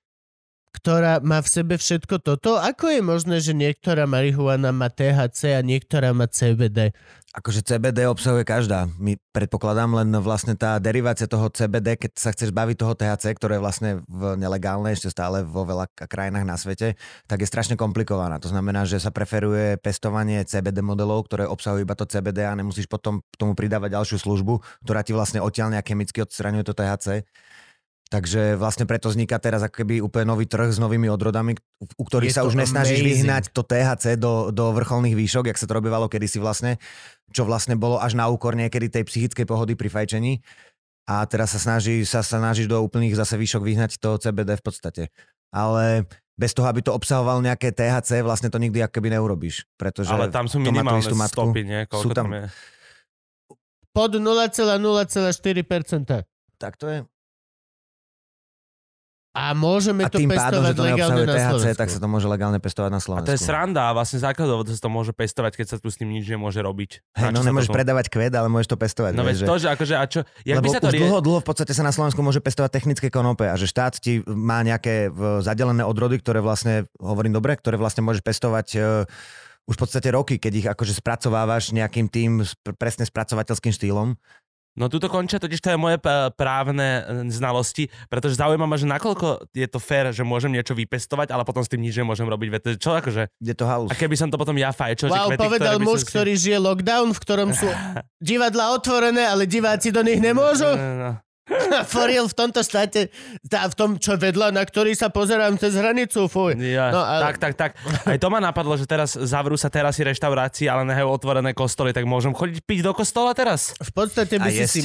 [SPEAKER 1] ktorá má v sebe všetko toto? Ako je možné, že niektorá marihuana má THC a niektorá má CBD?
[SPEAKER 3] Akože CBD obsahuje každá. My predpokladám len vlastne tá derivácia toho CBD, keď sa chceš baviť toho THC, ktoré je vlastne v nelegálne ešte stále vo veľa k- krajinách na svete, tak je strašne komplikovaná. To znamená, že sa preferuje pestovanie CBD modelov, ktoré obsahujú iba to CBD a nemusíš potom k tomu pridávať ďalšiu službu, ktorá ti vlastne odtiaľ nejak chemicky odstraňuje to THC. Takže vlastne preto vzniká teraz ako keby úplne nový trh s novými odrodami, u- u ktorých
[SPEAKER 1] Je
[SPEAKER 3] sa
[SPEAKER 1] to
[SPEAKER 3] už nesnažíš
[SPEAKER 1] amazing.
[SPEAKER 3] vyhnať to THC do, do vrcholných výšok, jak sa to robívalo kedysi vlastne, čo vlastne bolo až na úkor niekedy tej psychickej pohody pri fajčení. A teraz sa snaží, sa sa snažíš do úplných zase výšok vyhnať to CBD v podstate. Ale bez toho, aby to obsahovalo nejaké THC, vlastne to nikdy ako keby neurobíš. Pretože
[SPEAKER 2] Ale tam sú
[SPEAKER 3] to má tú
[SPEAKER 2] minimálne
[SPEAKER 3] istú matku.
[SPEAKER 2] stopy, nie? Koľko
[SPEAKER 3] Sú tam-
[SPEAKER 2] tam je?
[SPEAKER 1] Pod 0,0,4%.
[SPEAKER 3] tak to je.
[SPEAKER 1] A môžeme
[SPEAKER 3] A
[SPEAKER 1] to
[SPEAKER 3] tým pádom, že
[SPEAKER 1] pestovať
[SPEAKER 3] to
[SPEAKER 1] legálne
[SPEAKER 3] neobsahuje
[SPEAKER 1] na
[SPEAKER 3] THC,
[SPEAKER 1] Slovensku.
[SPEAKER 3] tak sa to môže legálne pestovať na
[SPEAKER 2] A
[SPEAKER 3] Slovensku.
[SPEAKER 2] to je sranda a vlastne základovo to sa to môže pestovať, keď sa tu s ním nič nemôže robiť.
[SPEAKER 3] Hej,
[SPEAKER 2] Na čo
[SPEAKER 3] no
[SPEAKER 2] sa
[SPEAKER 3] nemôžeš
[SPEAKER 2] to-
[SPEAKER 3] predávať kvet, ale môžeš to pestovať.
[SPEAKER 2] No veď
[SPEAKER 3] vieš, že-
[SPEAKER 2] to, že akože a čo, jak
[SPEAKER 3] Lebo
[SPEAKER 2] by sa to
[SPEAKER 3] už
[SPEAKER 2] rie...
[SPEAKER 3] dlho, dlho v podstate sa na Slovensku môže pestovať technické konope a že štát ti má nejaké v, zadelené odrody, ktoré vlastne, hovorím dobre, ktoré vlastne môžeš pestovať e, už v podstate roky, keď ich akože spracovávaš nejakým tým sp- presne spracovateľským štýlom.
[SPEAKER 2] No tuto končia totiž to je moje p- právne e, znalosti, pretože zaujíma ma, že nakoľko je to fér, že môžem niečo vypestovať, ale potom s tým nič nemôžem robiť. Veď to je- Čo akože?
[SPEAKER 3] Je to
[SPEAKER 2] A
[SPEAKER 3] halus.
[SPEAKER 2] keby som to potom ja fajčil, že
[SPEAKER 1] Wow,
[SPEAKER 2] kvety,
[SPEAKER 1] povedal
[SPEAKER 2] ktoré Akože by som
[SPEAKER 1] muž,
[SPEAKER 2] si-
[SPEAKER 1] ktorý žije lockdown, v ktorom sú divadla otvorené, ale diváci do nich nemôžu.
[SPEAKER 2] (laughs)
[SPEAKER 1] (laughs)
[SPEAKER 2] No, no, no.
[SPEAKER 1] Foril v tomto štáte, tá, v tom, čo vedľa, na ktorý sa pozerám cez hranicu, fuj.
[SPEAKER 2] Ja,
[SPEAKER 1] No,
[SPEAKER 2] no,
[SPEAKER 1] ale-
[SPEAKER 2] ale... Tak, tak, tak. Aj to ma napadlo, že teraz zavrú sa terasy reštaurácií, ale nehajú otvorené kostoly, tak môžem chodiť piť do kostola teraz?
[SPEAKER 1] V podstate by
[SPEAKER 3] A
[SPEAKER 1] si
[SPEAKER 3] jesť.
[SPEAKER 1] si...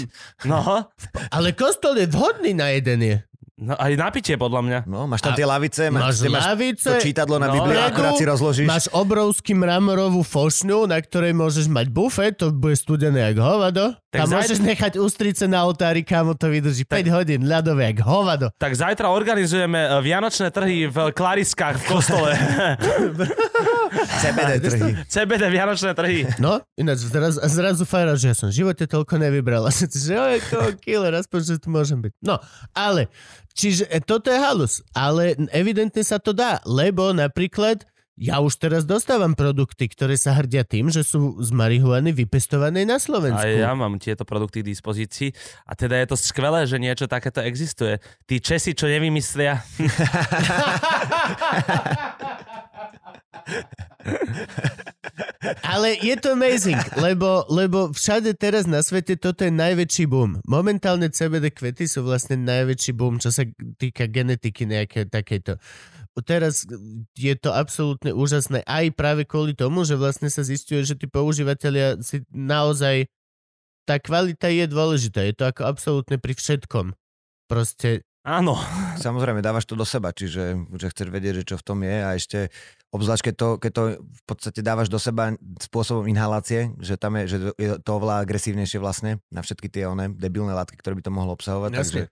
[SPEAKER 2] No,
[SPEAKER 1] Ale kostol je vhodný na jedenie.
[SPEAKER 2] no aj na pitie podľa mňa.
[SPEAKER 3] No, máš
[SPEAKER 1] A
[SPEAKER 3] tam tie lavice, máš,
[SPEAKER 1] Máš
[SPEAKER 3] máš, máš to
[SPEAKER 1] lavice,
[SPEAKER 3] čítadlo
[SPEAKER 2] No.
[SPEAKER 3] na Bibliu,
[SPEAKER 1] Predu,
[SPEAKER 3] akurát si rozložíš.
[SPEAKER 1] máš obrovský mramorovú fošňu, na ktorej môžeš mať bufet, to bude studené jak hovado.
[SPEAKER 2] Tak
[SPEAKER 1] Tam
[SPEAKER 2] zaj-
[SPEAKER 1] môžeš nechať ústrice na oltári, kámo to vydrží 5 hodín, ľadové jak hovado.
[SPEAKER 2] Tak zajtra organizujeme e, vianočné trhy v Klariskách v
[SPEAKER 1] (laughs)
[SPEAKER 2] kostole. (laughs)
[SPEAKER 3] CBD trhy.
[SPEAKER 2] CBD vianočné trhy.
[SPEAKER 1] No, ináč zrazu, zrazu fajra, že ja som v živote toľko nevybral. (laughs) A som si, že oj, to killer, aspoň, že tu môžem byť. No, ale, čiže e, toto je halus. Ale evidentne sa to dá, lebo napríklad ja už teraz dostávam produkty, ktoré sa hrdia tým, že sú z marihuany vypestované na
[SPEAKER 2] A
[SPEAKER 1] Slovensku.
[SPEAKER 2] ja mám tieto produkty k dispozícii. A teda je to skvelé, že niečo takéto existuje. Tí Česi, čo nevymyslia.
[SPEAKER 1] Ale je to amazing, lebo, lebo všade teraz na svete toto je najväčší boom. Momentálne CBD kvety sú vlastne najväčší boom, čo sa týka genetiky nejaké takéto. Teraz je to absolútne úžasné aj práve kvôli tomu, že vlastne sa zistuje, že tí používateľia si naozaj tá kvalita je dôležitá. Je to ako absolútne pri všetkom. Proste
[SPEAKER 2] Áno.
[SPEAKER 3] Samozrejme, dávaš to do seba, čiže že chceš vedieť, že čo v tom je a ešte obzvlášť, keď to, keď to v podstate dávaš do seba spôsobom inhalácie, že tam je, že je to oveľa agresívnejšie vlastne na všetky tie one debilné látky, ktoré by to mohlo
[SPEAKER 2] No,
[SPEAKER 3] obsahovať.
[SPEAKER 1] Jasne.
[SPEAKER 3] No,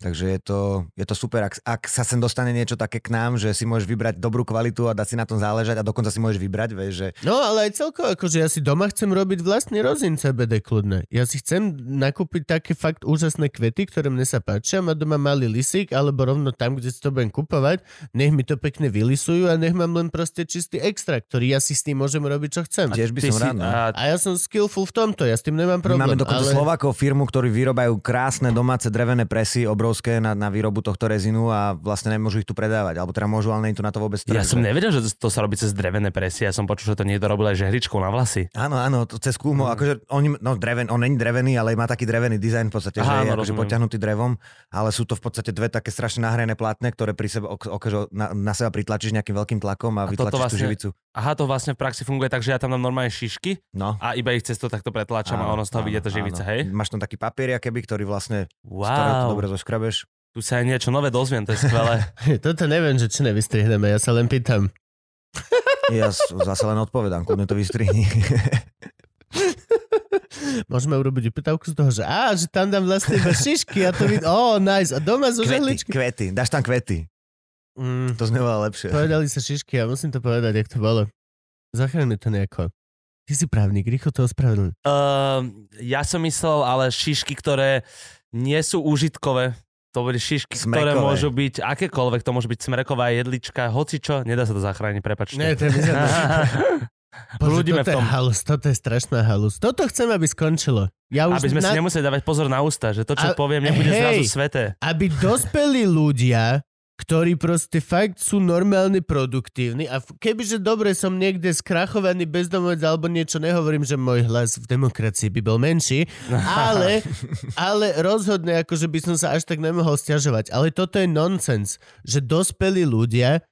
[SPEAKER 3] Takže, takže je, to, je to super, ak, ak sa sem dostane niečo také k nám, že si môžeš vybrať dobrú kvalitu a dať si na tom záležať a dokonca si môžeš vybrať, vieš, že
[SPEAKER 1] No, ale aj celkovo, akože ja si doma chcem robiť vlastný rozin CBD kľudne. Ja si chcem nakúpiť také fakt úžasné kvety, ktoré mne sa páčia. Má doma malý lisík, alebo rovno tam, kde si to budem kupovať, nech mi to pekne vylisujú a nech mám len proste čistý extrakt, ktorý ja si s tým môžem robiť, čo chcem.
[SPEAKER 3] tiež by
[SPEAKER 2] Ty
[SPEAKER 3] som
[SPEAKER 2] si-
[SPEAKER 3] rád. no.
[SPEAKER 2] a
[SPEAKER 1] A ja som skillful v tomto, ja s tým nemám
[SPEAKER 3] My
[SPEAKER 1] problém.
[SPEAKER 3] máme dokonca
[SPEAKER 1] ale...
[SPEAKER 3] ale... Slovákov firmu, ktorí vyrobajú krásne domáce drevené presy, obrovské na, na výrobu tohto rezinu a vlastne nemôžu ich tu predávať. Alebo teda môžu, ale nie je tu na to vôbec trh.
[SPEAKER 2] Ja som
[SPEAKER 3] že?
[SPEAKER 2] nevedel, že to sa robí cez drevené presie. Ja som počul, že to niekto robil aj žehličkou na vlasy.
[SPEAKER 3] Áno, áno, to cez kúmo, mm. akože on, no, dreven, on není drevený, ale má taký drevený dizajn v
[SPEAKER 2] Aha,
[SPEAKER 3] podstate, Aha, že je
[SPEAKER 2] áno,
[SPEAKER 3] akože
[SPEAKER 2] rozumiem.
[SPEAKER 3] potiahnutý drevom, ale sú to v podstate dve také strašne nahrené plátne, ktoré pri sebe, ok, ok, na, na seba pritlačíš nejakým veľkým tlakom a,
[SPEAKER 2] A toto
[SPEAKER 3] vytlačíš vlastne...
[SPEAKER 2] vlastne-
[SPEAKER 3] tú živicu.
[SPEAKER 2] Aha, to vlastne v praxi funguje tak, že ja tam dám normálne šišky
[SPEAKER 3] No.
[SPEAKER 2] a iba ich cez to takto pretláčam a ono z toho vyjde to živica,
[SPEAKER 3] áno.
[SPEAKER 2] hej?
[SPEAKER 3] Máš tam taký papier, keby, ktorý vlastne, wow. z ktorého to
[SPEAKER 2] Wow,
[SPEAKER 3] dobre zoškrabeš.
[SPEAKER 2] tu sa aj niečo nové dozviem, to je
[SPEAKER 3] (laughs)
[SPEAKER 2] skvelé.
[SPEAKER 1] (laughs) Toto neviem, že či nevystrihneme, ja sa len pýtam.
[SPEAKER 3] Ja s- zase len odpovedám, kľudne to vystrihni. (laughs)
[SPEAKER 1] Môžeme urobiť upytavku z toho, že á, že tam dám vlastne iba šišky a to vid... Ó, oh, nice. A doma zo
[SPEAKER 3] kvety,
[SPEAKER 1] žehličky.
[SPEAKER 3] kvety, dáš tam kvety.
[SPEAKER 1] Mm.
[SPEAKER 3] To znie veľa lepšie.
[SPEAKER 1] Povedali sa šišky a musím to povedať, jak to bolo. Zachráň mi to nejako. Ty si právnik, rýchlo to ospravedlň.
[SPEAKER 2] Ehm, ja som myslel, ale šišky, ktoré nie sú užitkové, to boli šišky, ktoré
[SPEAKER 3] Smrekové.
[SPEAKER 2] môžu byť akékoľvek, to môže byť smreková jedlička, hocičo, nedá sa to zachrániť, prepačte.
[SPEAKER 1] Ne, to je bizarné.
[SPEAKER 2] (laughs) Blúdime
[SPEAKER 1] toto
[SPEAKER 2] v tom.
[SPEAKER 1] je halus, toto je strašná halus. Toto chcem, aby skončilo. Ja už
[SPEAKER 2] Aby sme si
[SPEAKER 1] na...
[SPEAKER 2] nemuseli dávať pozor na ústa, že to,
[SPEAKER 1] A-
[SPEAKER 2] čo poviem, nebude
[SPEAKER 1] hej.
[SPEAKER 2] zrazu sveté.
[SPEAKER 1] Aby dospelí ľudia, ktorí proste fakt sú normálne produktívni a f- kebyže dobre som niekde skrachovaný bezdomovec alebo niečo, nehovorím, že môj hlas v demokracii by bol menší, (laughs)
[SPEAKER 3] (laughs)
[SPEAKER 1] ale, ale rozhodne akože by som sa až tak nemohol stiažovať. Ale toto je nonsens, že dospelí ľudia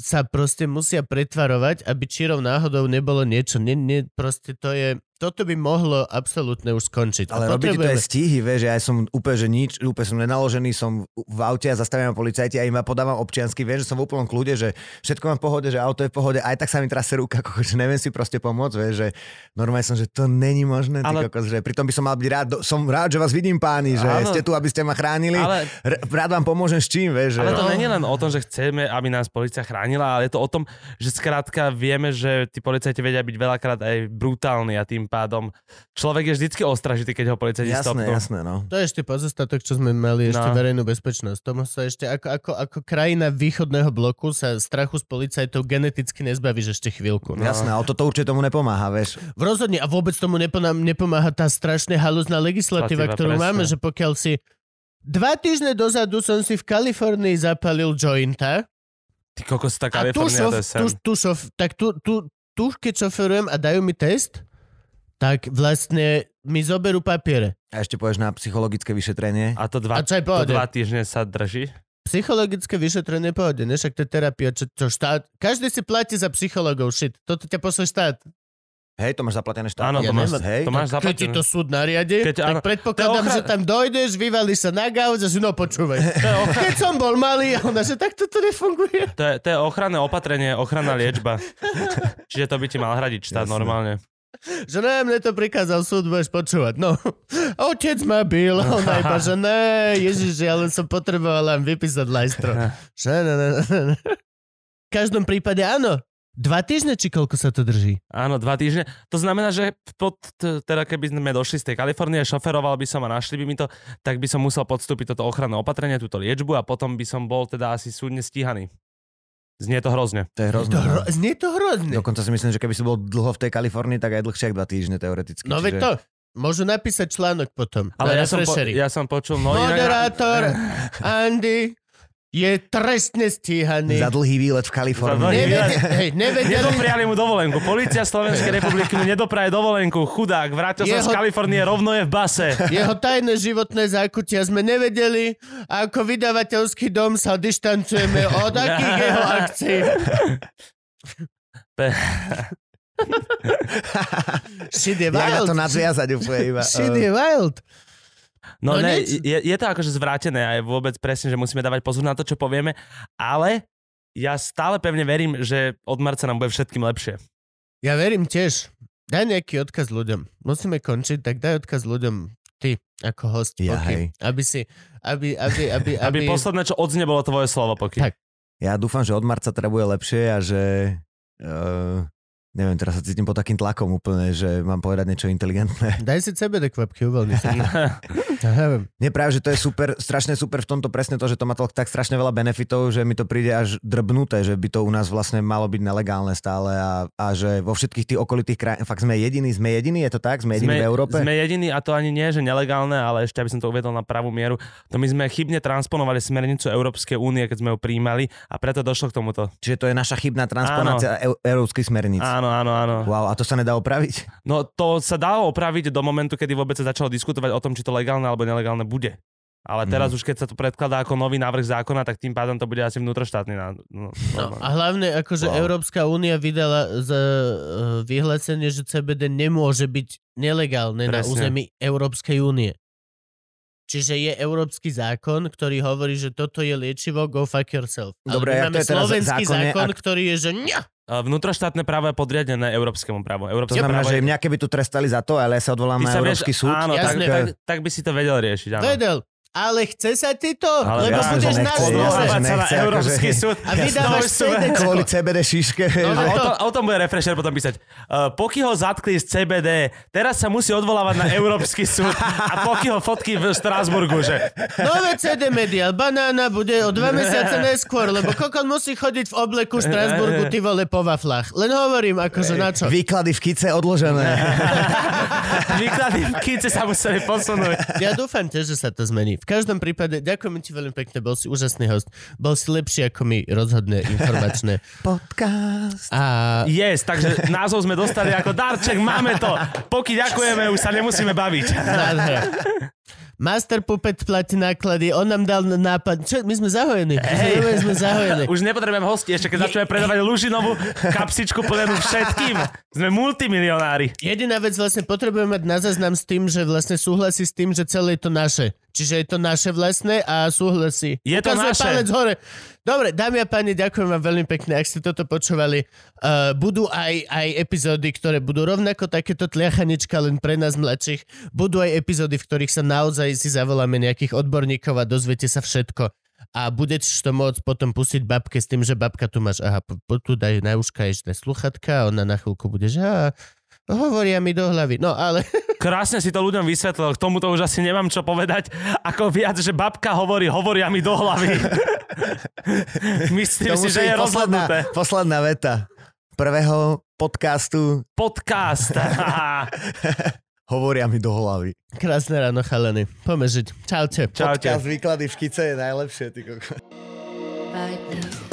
[SPEAKER 1] sa proste musia pretvarovať, aby čirov náhodou nebolo niečo. Nie, nie, proste to je, toto by mohlo absolútne už skončiť. A
[SPEAKER 3] Ale robíte to aj
[SPEAKER 1] potrebujeme-
[SPEAKER 3] stíhy, vieš, že ja som úplne, že nič, úplne som nenaložený, som v aute a zastavia ma policajti a im ma podávam občiansky, vieš, že som v úplnom kľude, že všetko mám v pohode, že auto je v pohode, aj tak sa mi trase ruka, (laughs) ako, že neviem si proste pomôcť, vieš, že normálne som, že to není možné,
[SPEAKER 2] Ale-
[SPEAKER 3] ale... kokos, že pritom by som mal byť rád, do- som rád, že vás vidím páni, že
[SPEAKER 2] Áno.
[SPEAKER 3] ste tu, aby ste ma chránili, ale...
[SPEAKER 2] Ale
[SPEAKER 3] rád vám pomôžem s čím, vieš, že...
[SPEAKER 2] Ale to
[SPEAKER 1] No.
[SPEAKER 2] není len o tom, že chceme, aby nás policia chránila, ale je to o tom, že skrátka vieme, že tí policajti vedia byť veľakrát aj brutálni a tým pádom človek je vždycky ostražitý, keď ho policajti
[SPEAKER 3] Jasné,
[SPEAKER 2] stopnú.
[SPEAKER 3] jasné, no.
[SPEAKER 1] To je ešte pozostatok, čo sme mali ešte no.
[SPEAKER 2] No.
[SPEAKER 1] verejnú bezpečnosť. Tomu sa ešte ako, ako, ako krajina východného bloku sa strachu z policajtov geneticky nezbavíš ešte chvíľku.
[SPEAKER 2] No.
[SPEAKER 3] Jasné, ale toto určite tomu nepomáha, vieš.
[SPEAKER 1] V rozhodne a vôbec tomu nepona- nepomáha tá strašne halúzna legislatíva,
[SPEAKER 2] Legislatíva,
[SPEAKER 1] ktorú
[SPEAKER 2] presne.
[SPEAKER 1] máme, že pokiaľ si... Dva týždne dozadu som si v Kalifornii zapalil jointa
[SPEAKER 2] Ty kokos, tá
[SPEAKER 1] a tu,
[SPEAKER 2] Kalifornia,
[SPEAKER 1] šof,
[SPEAKER 2] to je sem.
[SPEAKER 1] tu, tu, šof, tak tu, tu, tu, keď šoferujem a dajú mi test, tak vlastne mi zoberú papiere.
[SPEAKER 3] A ešte pôjdeš na psychologické vyšetrenie.
[SPEAKER 2] A to
[SPEAKER 1] A
[SPEAKER 2] dva,
[SPEAKER 1] čo je
[SPEAKER 2] to
[SPEAKER 1] pohode?
[SPEAKER 2] dva týždne sa drží.
[SPEAKER 1] Psychologické vyšetrenie pohode, ne? Však to je terapia, čo, čo štát... Každý si platí za psychologov, shit. Toto ťa pošle štát.
[SPEAKER 3] Hej, to máš zaplatené štáty.
[SPEAKER 2] Áno,
[SPEAKER 1] to máš-
[SPEAKER 3] hej,
[SPEAKER 2] To máš
[SPEAKER 1] Keď ti
[SPEAKER 2] zaplatené.
[SPEAKER 1] to súd nariadi,
[SPEAKER 2] no? Keď-
[SPEAKER 1] Keď,
[SPEAKER 2] áno.
[SPEAKER 1] tak predpokladám,
[SPEAKER 2] To je ochra-
[SPEAKER 1] že tam dojdeš, vyvalíš sa na gauč a že no
[SPEAKER 2] (laughs)
[SPEAKER 1] počúvaj. Keď som bol malý, a ona, že tak toto nefunguje.
[SPEAKER 2] To je, to je ochranné opatrenie,
[SPEAKER 3] (laughs)
[SPEAKER 2] ochranná liečba. Čiže to by ti mal hradiť štát
[SPEAKER 3] Jasné.
[SPEAKER 2] normálne.
[SPEAKER 1] Že ne, mne to prikázal súd, budeš počúvať. No, (laughs) otec ma
[SPEAKER 2] (laughs)
[SPEAKER 1] bil, a ona iba, že ne, ježiš, ja len som potreboval len vypísať
[SPEAKER 2] (laughs)
[SPEAKER 1] lajstro. Že ne, ne, ne, ne. V každom prípade áno. Dva týždne, či koľko sa to drží?
[SPEAKER 2] Áno, dva týždne. To znamená, že pod, t- teda keby sme došli z tej Kalifornie, šoferoval by som a našli by mi to, tak by som musel podstúpiť toto ochranné opatrenie, túto liečbu a potom by som bol teda asi súdne stíhaný. Znie to hrozne.
[SPEAKER 3] to je hrozné.
[SPEAKER 1] To
[SPEAKER 3] no.
[SPEAKER 1] hro- znie to hrozne.
[SPEAKER 2] No,
[SPEAKER 3] Dokonca si myslím, že keby si bol dlho v tej Kalifornii, tak aj dlhšie ako dva týždne teoreticky.
[SPEAKER 1] No veď to, môžu napísať článok potom.
[SPEAKER 2] Ale
[SPEAKER 1] na
[SPEAKER 2] ja som, po,
[SPEAKER 1] refresheri.
[SPEAKER 2] ja som počul... No, inak-
[SPEAKER 1] Moderátor Andy je trestne stíhaný.
[SPEAKER 3] Za dlhý výlet v
[SPEAKER 2] Za
[SPEAKER 3] Kalifornii.
[SPEAKER 2] dlhý-
[SPEAKER 1] Neved, hej, nevedeli,
[SPEAKER 2] Nedopriali mu dovolenku. Polícia Slovenskej republiky mu nedopraje dovolenku. Chudák, vrátil sa z
[SPEAKER 1] Jeho-
[SPEAKER 2] Kalifornie, rovno je v base.
[SPEAKER 1] jeho tajné životné zákutia sme nevedeli a ako vydavateľský dom sa dištancujeme od akých jeho akcií.
[SPEAKER 2] Pe-
[SPEAKER 1] Shit je
[SPEAKER 3] Jak na to
[SPEAKER 1] wild.
[SPEAKER 3] nadviazať úplne (laughs) iba.
[SPEAKER 1] Shit je wild. No
[SPEAKER 2] No, ne,
[SPEAKER 1] nič.
[SPEAKER 2] je, je to akože zvrátené a je vôbec presne, že musíme dávať pozor na to, čo povieme, ale ja stále pevne verím, že od marca nám bude všetkým lepšie.
[SPEAKER 1] Ja verím tiež. Daj nejaký odkaz ľuďom. Musíme končiť, tak daj odkaz ľuďom ty ako host.
[SPEAKER 3] Ja,
[SPEAKER 1] Poky.
[SPEAKER 3] hej.
[SPEAKER 1] Aby si, aby, aby, aby,
[SPEAKER 2] Aby, aby posledné, čo odzne, bolo tvoje slovo,
[SPEAKER 3] (laughs)
[SPEAKER 2] poky.
[SPEAKER 1] Tak.
[SPEAKER 3] Ja dúfam, že od marca teda bude lepšie a že... Uh, neviem, teraz sa cítim pod takým tlakom úplne, že mám povedať niečo inteligentné.
[SPEAKER 1] Daj si CBD kvapky, uvoľni
[SPEAKER 3] (laughs)
[SPEAKER 1] sa. Ja neviem.
[SPEAKER 3] Nie práve, že to je super, strašne super v tomto presne to, že to má to tak strašne veľa benefitov, že mi to príde až drbnuté, že by to u nás vlastne malo byť nelegálne stále a, a že vo všetkých tých okolitých krajinách, fakt sme jediní, sme jediní, je to tak? Sme
[SPEAKER 2] Sme,
[SPEAKER 3] jediní v Európe?
[SPEAKER 2] sme jediní, a to ani nie, že nelegálne, ale ešte aby som to uvedol na pravú mieru, to my sme chybne transponovali smernicu Európskej únie, keď sme ju prijímali a preto došlo k tomuto.
[SPEAKER 3] Čiže to je naša chybná transponácia eu- európskych smerníc.
[SPEAKER 2] Áno, áno, áno.
[SPEAKER 3] Wow, a to sa nedá opraviť?
[SPEAKER 2] No to sa dalo opraviť do momentu, kedy vôbec sa začalo diskutovať o tom, či to legálne alebo nelegálne bude. Ale teraz už keď sa to predkladá ako nový návrh zákona, tak tým pádom to bude asi vnútroštátny návrh. No,
[SPEAKER 1] No,
[SPEAKER 2] no.
[SPEAKER 1] a hlavne akože
[SPEAKER 3] Wow.
[SPEAKER 1] Európska únia vydala z, e, vyhlásenie, že CBD nemôže byť nelegálne na
[SPEAKER 2] Presne.
[SPEAKER 1] území Európskej únie. Čiže je európsky zákon, ktorý hovorí, že toto je liečivo, go fuck yourself.
[SPEAKER 3] Dobre,
[SPEAKER 1] Ale my
[SPEAKER 3] jak to
[SPEAKER 1] máme
[SPEAKER 3] je teraz
[SPEAKER 1] slovenský
[SPEAKER 3] zákonne,
[SPEAKER 1] zákon,
[SPEAKER 3] ak-
[SPEAKER 1] ktorý je, že ňa!
[SPEAKER 2] A Vnútroštátne právo je podriadené európskemu právu.
[SPEAKER 3] To
[SPEAKER 2] Európske
[SPEAKER 3] znamená,
[SPEAKER 2] právo
[SPEAKER 3] že
[SPEAKER 2] je-
[SPEAKER 3] mňa keby tu trestali za to, ale ja sa
[SPEAKER 2] Ty
[SPEAKER 3] odvolám na
[SPEAKER 2] sa vieš-
[SPEAKER 3] Európsky súd.
[SPEAKER 2] Áno, tak,
[SPEAKER 1] Jasne.
[SPEAKER 2] tak, tak by si to vedel riešiť. Áno.
[SPEAKER 1] Vedel, ale chce sa ti to?
[SPEAKER 2] Ale
[SPEAKER 1] lebo
[SPEAKER 2] jasne,
[SPEAKER 1] budeš
[SPEAKER 2] že
[SPEAKER 1] na
[SPEAKER 3] nechce,
[SPEAKER 1] snore.
[SPEAKER 3] jasne, že
[SPEAKER 2] Odvolávať sa na
[SPEAKER 3] nechce, akože-
[SPEAKER 2] Európsky súd.
[SPEAKER 1] A vydávaš
[SPEAKER 2] No, super.
[SPEAKER 1] CD.
[SPEAKER 3] eh, Kvôli CBD šíške.
[SPEAKER 1] No,
[SPEAKER 3] že-
[SPEAKER 2] A
[SPEAKER 1] ale-
[SPEAKER 2] o, to, o tom bude Refresher potom písať. Uh, poky ho zatkli z CBD, teraz sa musí odvolávať na Európsky súd a poky ho fotky v Strasburgu, že
[SPEAKER 1] Nové CD Medial Banána bude o dva mesiace neskôr, lebo kokon musí chodiť v obleku Štrasburgu, ty vole, po waflách. Len hovorím, akože na čo.
[SPEAKER 3] Výklady v kice
[SPEAKER 2] (laughs)
[SPEAKER 3] odložené.
[SPEAKER 2] výklady v kice sa museli posunúť.
[SPEAKER 1] Ja dúfam tiež, že sa to zmení. V každom prípade, ďakujem ti veľmi pekne, bol si úžasný host. Bol si lepší ako my, rozhodne, informačné.
[SPEAKER 3] Podcast.
[SPEAKER 1] A
[SPEAKER 2] Yes, takže názov sme dostali ako darček, máme to. Poky ďakujeme, už sa nemusíme baviť.
[SPEAKER 1] nádhera. Master Puppet platí náklady, on nám dal nápad. Čo, my sme zahojení.
[SPEAKER 2] Hej.
[SPEAKER 1] My sme zahojení.
[SPEAKER 2] Už nepotrebujem hosti, ešte keď začneme predávať Lužinovú kapsičku plnenú všetkým. Sme multimilionári.
[SPEAKER 1] Jediná vec vlastne potrebujem mať na záznam s tým, že vlastne súhlasí s tým, že celé je to naše. Čiže je to naše vlastné a súhlasí.
[SPEAKER 2] Je to
[SPEAKER 1] Ukazuje
[SPEAKER 2] naše.
[SPEAKER 1] palec hore. Dobre, dámy a páni, ďakujem vám veľmi pekne, ak ste toto počúvali. Uh, budú aj, aj epizódy, ktoré budú rovnako takéto tliachanička len pre nás mladších. Budú aj epizódy, v ktorých sa naozaj si zavoláme nejakých odborníkov a dozviete sa všetko. A budeš to môcť potom pustiť babke s tým, že babka tu máš, aha, po, po, tu daj na uška ešte sluchatka a ona na chvíľku bude, že aha, Hovoria mi do hlavy. No ale (laughs)
[SPEAKER 2] Krásne si to ľuďom vysvetlil, k tomuto už asi nemám čo povedať, ako viac, že babka hovorí, hovoria mi do
[SPEAKER 3] (laughs)
[SPEAKER 2] hlavy. Myslím
[SPEAKER 3] To
[SPEAKER 2] si,
[SPEAKER 3] musí
[SPEAKER 2] že je
[SPEAKER 3] byť posledná,
[SPEAKER 2] rozhodnuté.
[SPEAKER 3] posledná veta prvého podcastu
[SPEAKER 2] Podcast. (laughs)
[SPEAKER 3] Hovoria mi do hlavy.
[SPEAKER 1] krásne ráno, chalany. Pomežiť. Čaute.
[SPEAKER 2] Čaute.
[SPEAKER 3] Podcast Výklady v kice je najlepšie. Ty koko.
[SPEAKER 4] right now.